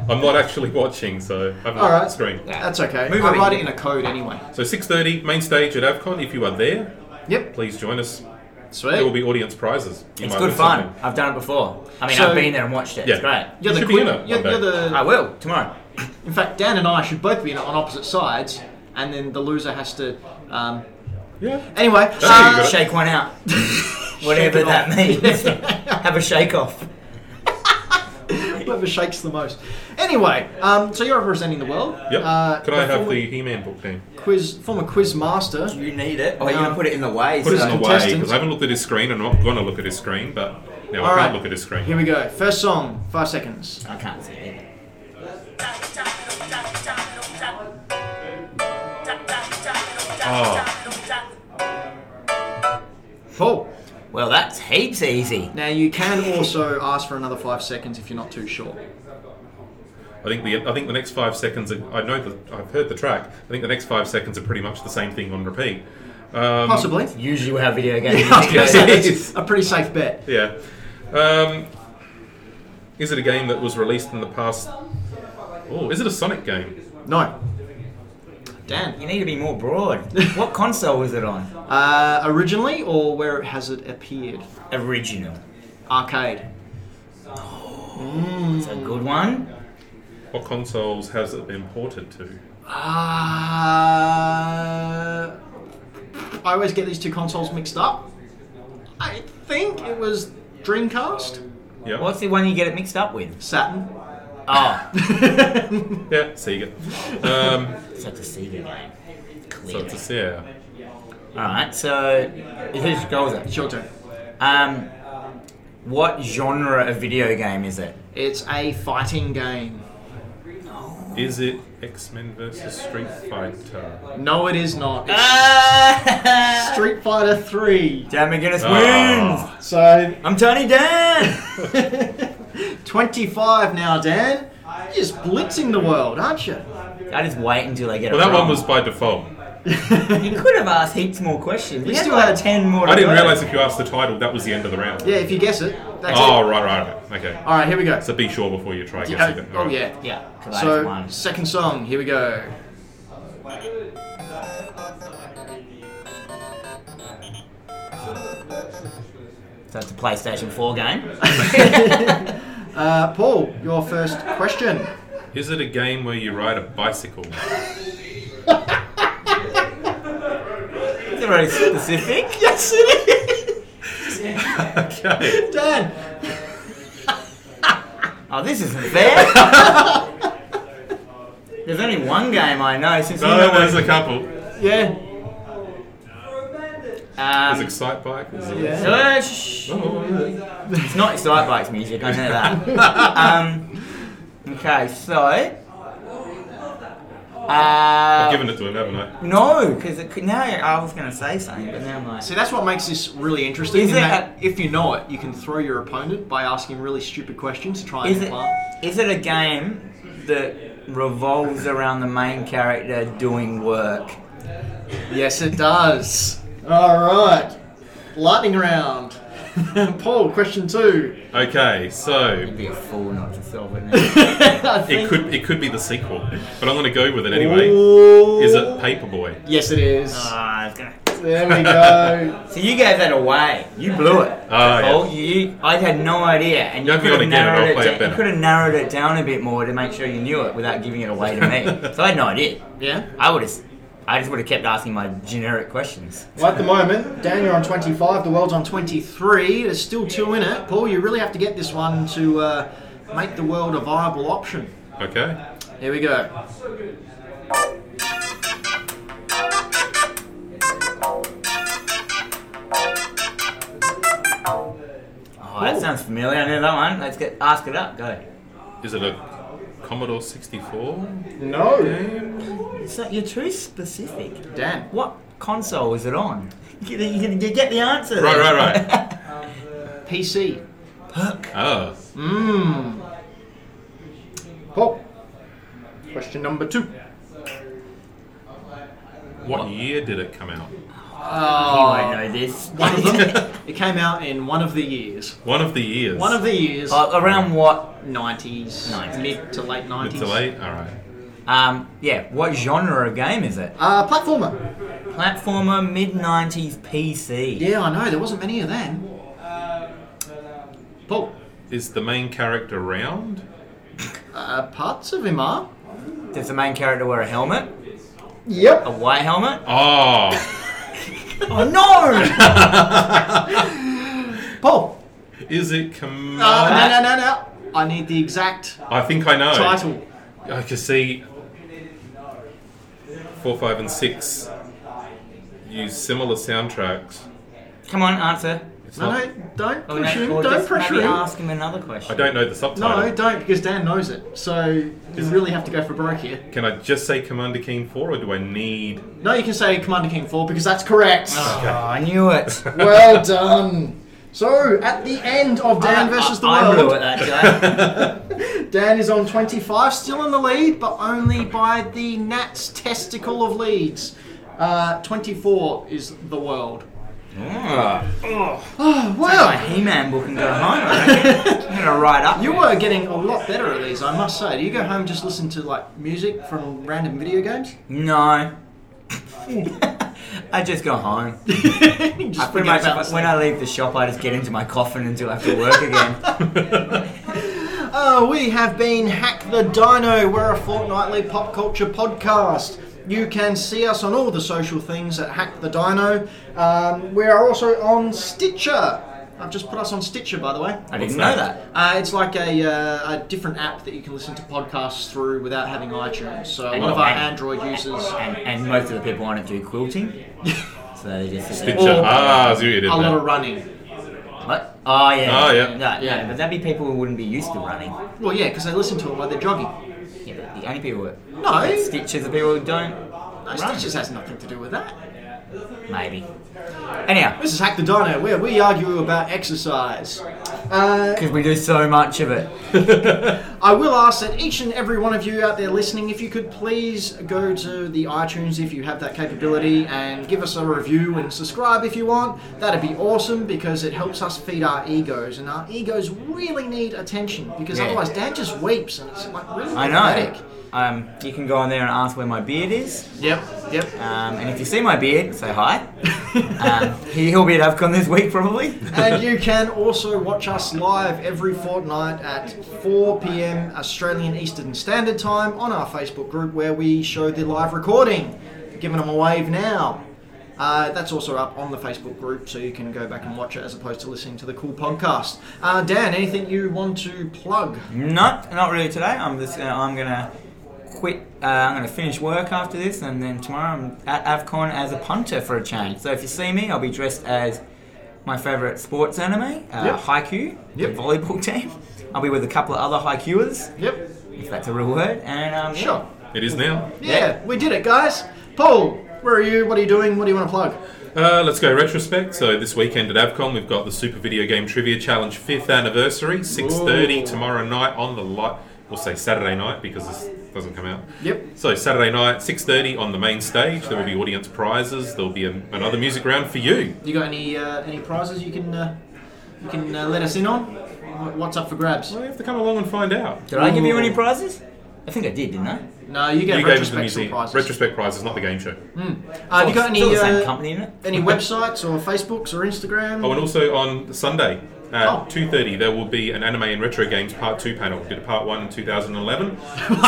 S3: I'm not actually watching, so I haven't
S1: All
S3: got
S1: right.
S3: the screen.
S1: That's okay.
S2: Move
S1: I'll
S2: on
S1: write
S2: in.
S1: it in a code anyway.
S3: So 6:30 main stage at AvCon. If you are there,
S1: Yep.
S3: please join us. There will
S1: Sweet.
S3: be audience prizes. You
S2: It's
S3: might
S2: good
S3: win
S2: fun.
S3: something.
S2: I've done it before. I mean,
S1: So-
S2: I've been there and watched it. It's
S3: Yeah.
S2: great.
S1: You're
S3: You
S1: the
S3: should be
S1: queen.
S3: in it
S1: You're,
S3: one
S1: you're
S3: day.
S2: I
S1: the.
S2: will tomorrow.
S1: In fact, Dan and I should both be in it on opposite sides, and then the loser has to. Um,
S3: Yeah.
S1: anyway.
S3: how
S1: uh,
S3: you got
S2: Shake one out. Whatever
S1: Shake it
S2: that
S1: off.
S2: means. Have a shake off.
S1: Whoever shakes the most. Anyway, um, so you're representing the world.
S3: Yep.
S1: Uh,
S3: Can I have
S1: former
S3: the He-Man book then?
S1: quiz? Former quiz master.
S2: Oh, You need it. Or you're going
S1: No.
S2: to put it in the way.
S3: Um, Put it in
S2: so-
S3: the way
S1: contestant.
S3: because I haven't looked at his screen. and I'm not going to look at his screen, but now I
S1: All
S3: can't
S1: right.
S3: look at his screen.
S1: Here we go. First song. Five seconds.
S2: I can't see it.
S1: Paul.
S2: Well, that's heaps easy.
S1: Now you can also ask for another five seconds if you're not too sure.
S3: I think the I think the next five seconds. Are, I know that I've heard the track. I think the next five seconds are pretty much the same thing on repeat. Um,
S1: Possibly.
S2: Usually how video games
S1: I was gonna
S2: go.
S1: say, that's a pretty safe bet.
S3: Yeah. Um, is it a game that was released in the past? Oh, is it a Sonic game?
S1: No. Dan.
S2: You need to be more broad. What console was it on?
S1: Uh, originally, or where has it appeared?
S2: Original.
S1: Arcade.
S2: It's a good one.
S3: What consoles has it been ported to?
S1: Uh, I always get these two consoles mixed up. I think it was Dreamcast,
S3: Yeah.
S2: What's the one you get it mixed up with?
S1: Saturn.
S2: Oh,
S3: Yeah, Sega. Um,
S2: it's like a Sega game.
S3: so
S2: Clearly.
S3: it's a yeah.
S2: Alright, so whose goal is it?
S1: It's your turn.
S2: Um, what genre of video game is it?
S1: It's a fighting game.
S3: Is it X Men versus Street Fighter?
S1: No, it is not. It's
S3: Ah!
S2: Damn
S1: Street Fighter 3.
S2: McGinnis
S3: Ah.
S2: wins!
S1: So,
S2: I'm Tony Dan!
S1: 25 now, Dan. You're just blitzing the world, aren't you?
S2: I just wait until I get
S3: Well,
S2: it
S3: that
S2: wrong.
S3: one was by default.
S2: You could have asked heaps more questions. We
S1: Yeah.
S2: still had 10 more to
S3: I didn't
S2: go.
S3: realise if you asked the title, that was the end of the round.
S1: Yeah, if you guess it, that's
S3: Oh,
S1: it.
S3: right, right, right. Okay.
S1: All right, here we go.
S3: So be sure before you try
S1: Yeah,
S3: guessing it.
S1: oh, yeah.
S2: Yeah, 'cause I had
S1: So,
S2: one.
S1: second song, here we go.
S2: So it's a PlayStation 4 game.
S1: Uh, Paul, your first question.
S3: Is it a game where you ride a bicycle?
S2: It's very specific.
S1: Yes, it is.
S3: okay.
S1: Dan,
S2: Oh, this isn't fair. There's only one game I know since you know
S3: No, Oh, there's
S2: what-
S3: a couple.
S1: yeah.
S3: There's
S2: um,
S3: Excite Bike. There's a-
S1: Yeah.
S2: uh, shh,
S3: Oh,
S2: It's not Excite Bikes music, I know that. um, okay, so. Uh,
S3: I've given it to him, haven't I?
S2: no, because it could. Now I was going to say something, but now I'm like.
S1: See, that's what makes this really interesting.
S2: Is
S1: in
S2: it
S1: that if you know it, you can throw your opponent by asking really stupid questions to try and
S2: Is it,
S1: imply.
S2: is it a game that revolves around the main character doing work?
S1: Yes, it does. All right, lightning round. Paul, question two.
S3: Okay, so
S2: You'd be a fool not to solve it. Now.
S1: I
S3: it
S1: think-
S3: could it could be the sequel, but I'm going to go with it anyway.
S1: Ooh.
S3: Is it Paperboy?
S1: Yes, it is.
S2: Ah, I was gonna-
S1: There we go.
S2: So you guys had a way. You blew it.
S3: Ah, yeah.
S2: Paul. You, I had no idea, and you
S3: Don't
S2: could
S3: be
S2: have
S3: on again,
S2: narrowed
S3: I'll
S2: it.
S3: play it
S2: down- you
S3: better.
S2: could have narrowed it down a bit more to make sure you knew it without giving it away to me. so I had no idea.
S1: yeah.
S2: I would have. I just would have kept asking my generic questions.
S1: Well, at the moment, Dan, you're on 25. The world's on 23. There's still two in it. Paul, you really have to get this one to uh, make the world a viable option.
S3: Okay.
S1: Here we go.
S2: Oh, that sounds familiar. I know that one. Let's get ask it up. Go.
S3: Is it a Commodore 64?
S1: No.
S2: So you're too specific.
S1: Dan.
S2: What console is it on? You get, you get- you get the answer.
S3: Right,
S2: there.
S3: right, right.
S1: PC.
S3: Oh,
S1: Paul. Question number two.
S3: what year did it come out?
S2: you
S1: Oh,
S2: won't know this.
S1: one of them. it came out in one of the years.
S3: One of the years.
S1: One of the years.
S2: Uh, around what?
S1: 90s,
S2: 90s.
S1: Mid to late 90s.
S3: Mid to late. All right.
S2: Um, yeah. What genre of game is it?
S1: Uh, platformer.
S2: Platformer, mid '90s PC.
S1: Yeah, I know. There wasn't many of them. Paul.
S3: Is the main character round?
S1: Uh, parts of him are.
S2: Does the main character wear a helmet?
S1: Yep.
S2: A white helmet?
S3: Oh,
S2: Oh no!
S1: Paul.
S3: is it Commodore?
S1: Uh, no, no, no, no. I need the exact
S3: I think I know.
S1: title.
S3: I can see four, five, and six use similar soundtracks.
S2: Come on, answer.
S3: It's
S1: No,
S3: not-
S1: no, don't
S2: Oh,
S1: push
S2: no,
S1: him.
S2: or
S1: Don't
S2: just
S1: pressure
S2: maybe
S1: him.
S2: ask him another question.
S3: I don't know the
S1: No,
S3: subtitle.
S1: don't, because Dan knows it. So you really have to go for broke here.
S3: Can I just say Commander Keen 4 or do I need.
S1: No, you can say Commander King 4 because that's correct.
S2: Oh, I knew it.
S1: well done. So at the end of Dan versus the
S2: I, I blew
S1: world,
S2: it that day.
S1: Dan is on 25, still in the lead, but only by the Nats testicle of leads. Uh, 24 is the world.
S2: Ah,
S1: Oh,
S2: my
S1: Well,
S2: He-Man book and go home. I reckon. I'm gonna write up.
S1: you were getting a lot better at these, I must say. Do you go home and just listen to like music from random video games?
S2: No. I just go home. I
S1: just
S2: pretty
S1: forget
S2: much,
S1: about
S2: when
S1: this.
S2: I leave the shop, I just get into my coffin until I have to work again.
S1: Uh, we have been Hack the Dino. We're a fortnightly pop culture podcast. You can see us on all the social things at Hack the Dino. Um, we are also on Stitcher. I've just put us on Stitcher, by the way.
S2: I didn't know
S3: What's
S2: that.
S3: that?
S1: Uh, it's like a, uh, a different app that you can listen to podcasts through without having iTunes. So a lot of our
S2: And-
S1: Android users,
S2: And, and most of the people on it do quilting. So they just sit there.
S3: Stitcher. ah, I see what you did
S1: a lot
S3: there.
S1: of running.
S2: What? Oh yeah.
S3: Oh, yeah.
S2: No,
S1: Yeah.
S2: yeah. But that'd be people who wouldn't be used to running.
S1: Well, yeah, because they listen to it while they're jogging.
S2: Yeah, but the only people that
S1: No.
S2: that stitches are people who don't.
S1: No, Stitchers has nothing to do with that.
S2: Maybe. Anyhow,
S1: This is Hack the Dino, where we argue about exercise. Uh,
S2: because we do so much of it.
S1: I will ask that each and every one of you out there listening, if you could please go to the iTunes if you have that capability and give us a review and subscribe if you want. That'd be awesome because it helps us feed our egos, and our egos really need attention because
S2: Yeah.
S1: otherwise Dad just weeps and it's like really
S2: I
S1: pathetic.
S2: know. Um, you can go on there and ask where my beard is.
S1: Yep, yep.
S2: Um, and if you see my beard, say hi. um, he- he'll be at AFCON this week probably.
S1: and you can also watch us live every fortnight at 4 p.m. Australian Eastern Standard Time on our Facebook group where we show the live recording. Giving them a wave now. Uh, that's also up on the Facebook group, so you can go back and watch it as opposed to listening to the cool podcast. Uh, Dan, anything you want to plug?
S2: No, not really today. I'm just gonna, I'm gonna quit. Uh, I'm gonna finish work after this, and then tomorrow I'm at Avcon as a punter for a change. So if you see me, I'll be dressed as my favourite sports anime, uh,
S1: Yep.
S2: Haikyuu,
S1: Yep.
S2: the volleyball team. I'll be with a couple of other Haikuers,
S1: Yep.
S2: if that's a real word. And um, yeah.
S1: Sure.
S3: It is now.
S1: Yeah, we did it, guys. Paul, where are you? What are you doing? What do you want to plug?
S3: Uh, let's go retrospect. So this weekend at Avcon, we've got the Super Video Game Trivia Challenge fifth anniversary, six thirty
S1: Ooh.
S3: tomorrow night on the light. We'll say Saturday night because this doesn't come out.
S1: Yep.
S3: So Saturday night, six thirty on the main stage. There will be audience prizes. There will be a, another music round for you.
S1: You got any uh, any prizes you can uh, you can uh, let us in on? Wh- What's up for grabs?
S3: Well, you have to come along and find out.
S2: Did I give you any prizes? I think I did, didn't I?
S1: No, you get
S3: you gave us the
S1: retrospect
S3: music
S1: prizes.
S3: retrospect prizes, not the game show.
S1: uh, have you got
S2: Oh, Still
S1: any
S2: the same
S1: uh,
S2: company in it?
S1: any websites or Facebooks or Instagram?
S3: Oh, and also on Sunday at
S1: Oh.
S3: two thirty, there will be an anime and retro games part two panel. We did a part one in two thousand and eleven.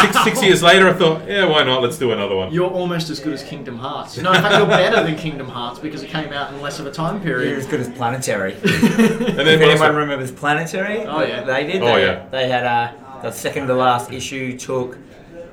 S3: Six, six years later, I thought, yeah, why not? Let's do another one.
S1: You're almost as good as Kingdom Hearts. No, in fact, you're better than Kingdom Hearts because it came out in less of a time
S2: You're
S1: period.
S2: as good as Planetary.
S3: and then
S2: If anyone
S3: last-
S2: remembers Planetary,
S1: Oh, yeah.
S2: they did.
S3: Oh,
S2: they,
S3: yeah.
S2: They had uh, the second to last issue took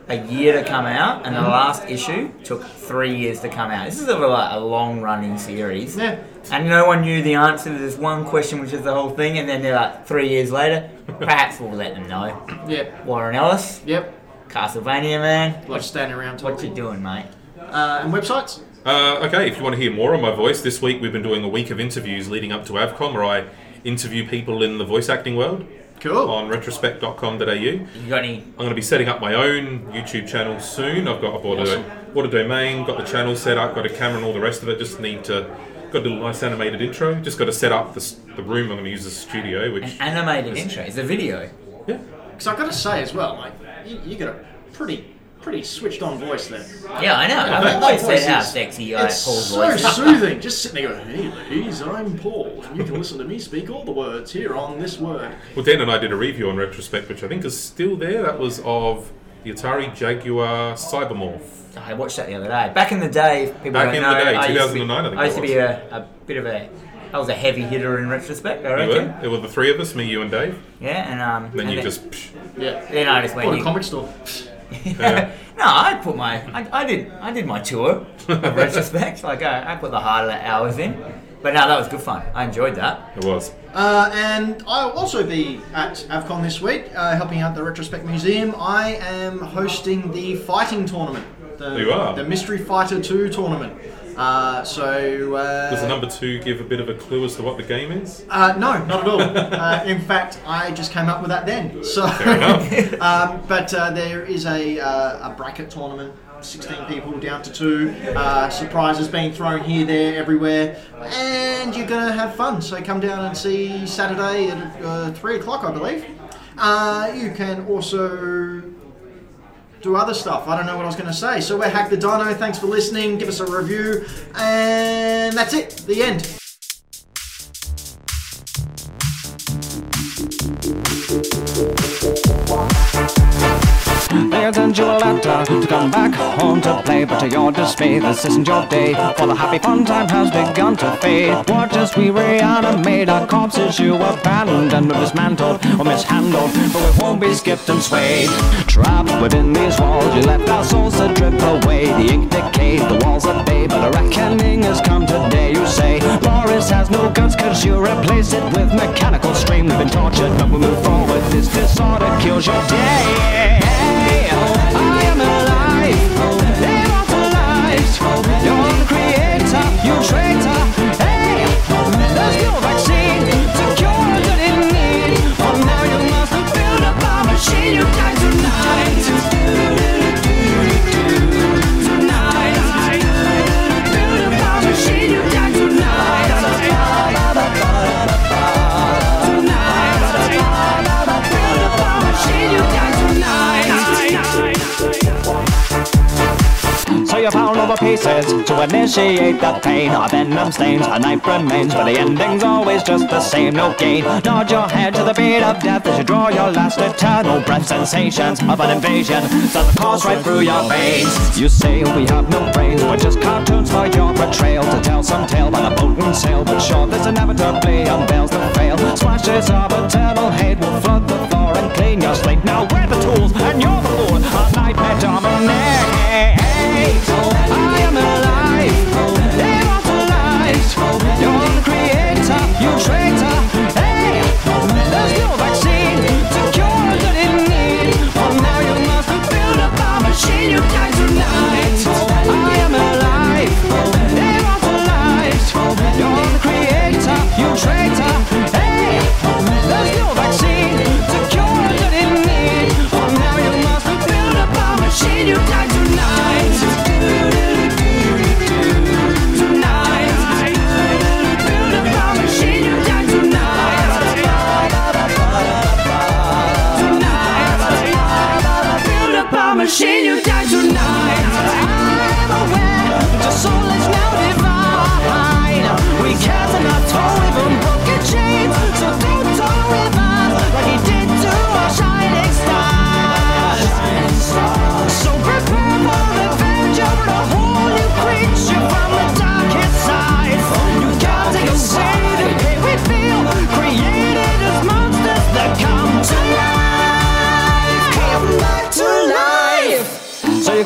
S2: a year to come out, and the last issue took three years to come out. This is a, like, a long running series.
S1: Yeah.
S2: And no one knew the answer to this one question, which is the whole thing, and then they're like, three years later, perhaps we'll let them know.
S1: Yep.
S2: Warren Ellis,
S1: Yep.
S2: Castlevania man,
S1: Like standing around
S2: what you
S1: talking.
S2: doing, mate?
S1: Uh, and websites?
S3: Uh, okay, if you want to hear more on my voice, this week we've been doing a week of interviews leading up to Avcom where I interview people in the voice acting world
S1: Cool.
S3: on retrospect.com.au. I'm
S2: You got any?
S3: going to be setting up my own YouTube channel soon. I've got I bought
S1: Awesome.
S3: a, bought a domain, got the channel set up, got a camera and all the rest of it. Just need to got a little nice animated intro. Just got to set up the, s- the room I'm going to use as a studio,
S2: An
S3: which
S2: animated intro. It's a video.
S3: yeah.
S1: Because i got to say as well, like, you, you got a pretty, pretty switched on voice there.
S2: Yeah, I know. I've
S1: My
S2: always said
S1: voice
S2: how
S1: is-
S2: sexy I
S1: It's
S2: Paul's
S1: so
S2: voice. is.
S1: soothing. Just sitting there going, hey ladies, I'm Paul, and you can listen to me speak all the words here on this word.
S3: Well, Dan and I did a review on retrospect, which I think is still there. That was of the Atari Jaguar Cybermorph.
S2: I watched that the other day. Back in the day, if people
S3: Back
S2: don't
S3: in the
S2: know,
S3: day,
S2: I used to be,
S3: 2009, I think
S2: used
S3: it
S2: to be a, a bit of a. I was a heavy hitter in retrospect, I
S3: You
S2: reckon.
S3: were? It were the three of us, me, you, and Dave.
S2: Yeah, and um.
S3: Then
S2: and
S3: you just psh,
S1: Yeah.
S2: Then I just went.
S1: Or a
S2: you-
S1: comic store.
S3: Yeah.
S2: no, I put my. I, I did. I did my tour of retrospect. Like I, I put the harder hours in. But no, that was good fun. I enjoyed that.
S3: it was.
S1: Uh, and I'll also be at AvCon this week, uh, helping out the Retrospect Museum. I am hosting the fighting tournament. The,
S3: You are?
S1: The Mystery Fighter 2 tournament. Uh, so. Uh,
S3: Does the number two give a bit of a clue as to what the game is?
S1: Uh, no, not at all. uh, in fact, I just came up with that then. So,
S3: enough.
S1: um, but uh, there is a, uh, a bracket tournament. 16 people down to two. Uh, surprises being thrown here, there, everywhere, and you're gonna have fun. So come down and see Saturday at uh, three o'clock, I believe. Uh, you can also do other stuff. I don't know what I was going to say. So we're Hack the Dino. Thanks for listening. Give us a review, and that's it. The end.
S4: They send you a letter to come back home to play, but to your dismay, this isn't your day. For the happy fun time has begun to fade. What is we reanimate? Our corpses you abandoned, or dismantled, or mishandled, but we won't be skipped and swayed. Trapped within these walls, you left our souls to drip away. The ink decayed, the walls are bay, but a reckoning has come today. You say Boris has no guts, cause you replace it with mechanical strain. We've been tortured, but we move forward. This disorder kills your day. I am alive. Immortalized. You're the creator, you traitor. Hey, there's no vaccine to cure a dirty need. Oh, now you must build up our machine. You die tonight. Tonight. Build up our machine. You die tonight. Tonight. Build up our machine. You die tonight. So you pound over pieces to initiate the pain. Our venom stains, our knife remains, but the ending's always just the same. No gain. Nod your head to the beat of death as you draw your last eternal breath. Sensations of an invasion does the course right through your veins. You say we have no brains, we're just cartoons for your portrayal. To tell some tale by the potent sail, but sure this inevitably unveils the veil. Splashes of eternal hate will flood the floor and clean your slate. Now we're the tools and you're the fool. Our nightmare dominates. I am alive, immortalized. You're the creator, you traitor. Hey, there's no vaccine to cure a dirty need. Oh, now you must build up our machine. You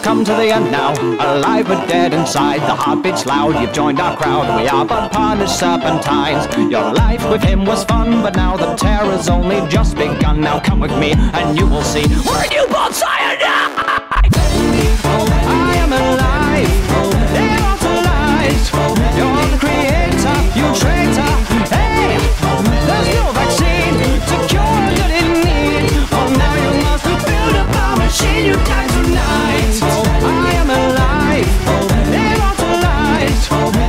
S6: come to the end now. Alive but dead inside, the heart beats loud. You've joined our crowd, we are but partners, serpentines. Your life with him was fun, but now the terror's only just begun. Now come with me, and you will see. We're a newborn cyanide! I am alive. They're all so lies. You're the creator, you traitor. Hey, there's no vaccine to cure your need. Oh, now you must rebuild a power machine. You die tonight. I am alive. They're all so lies.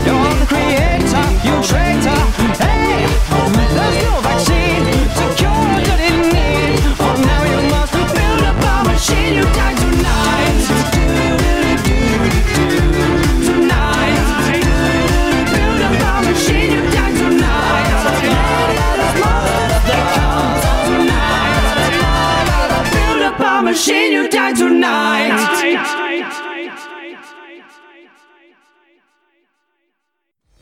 S6: You're the creator, you traitor. Hey, there's no vaccine to cure your need. Oh, now you must rebuild a power machine. You die tonight. Machine, you die tonight.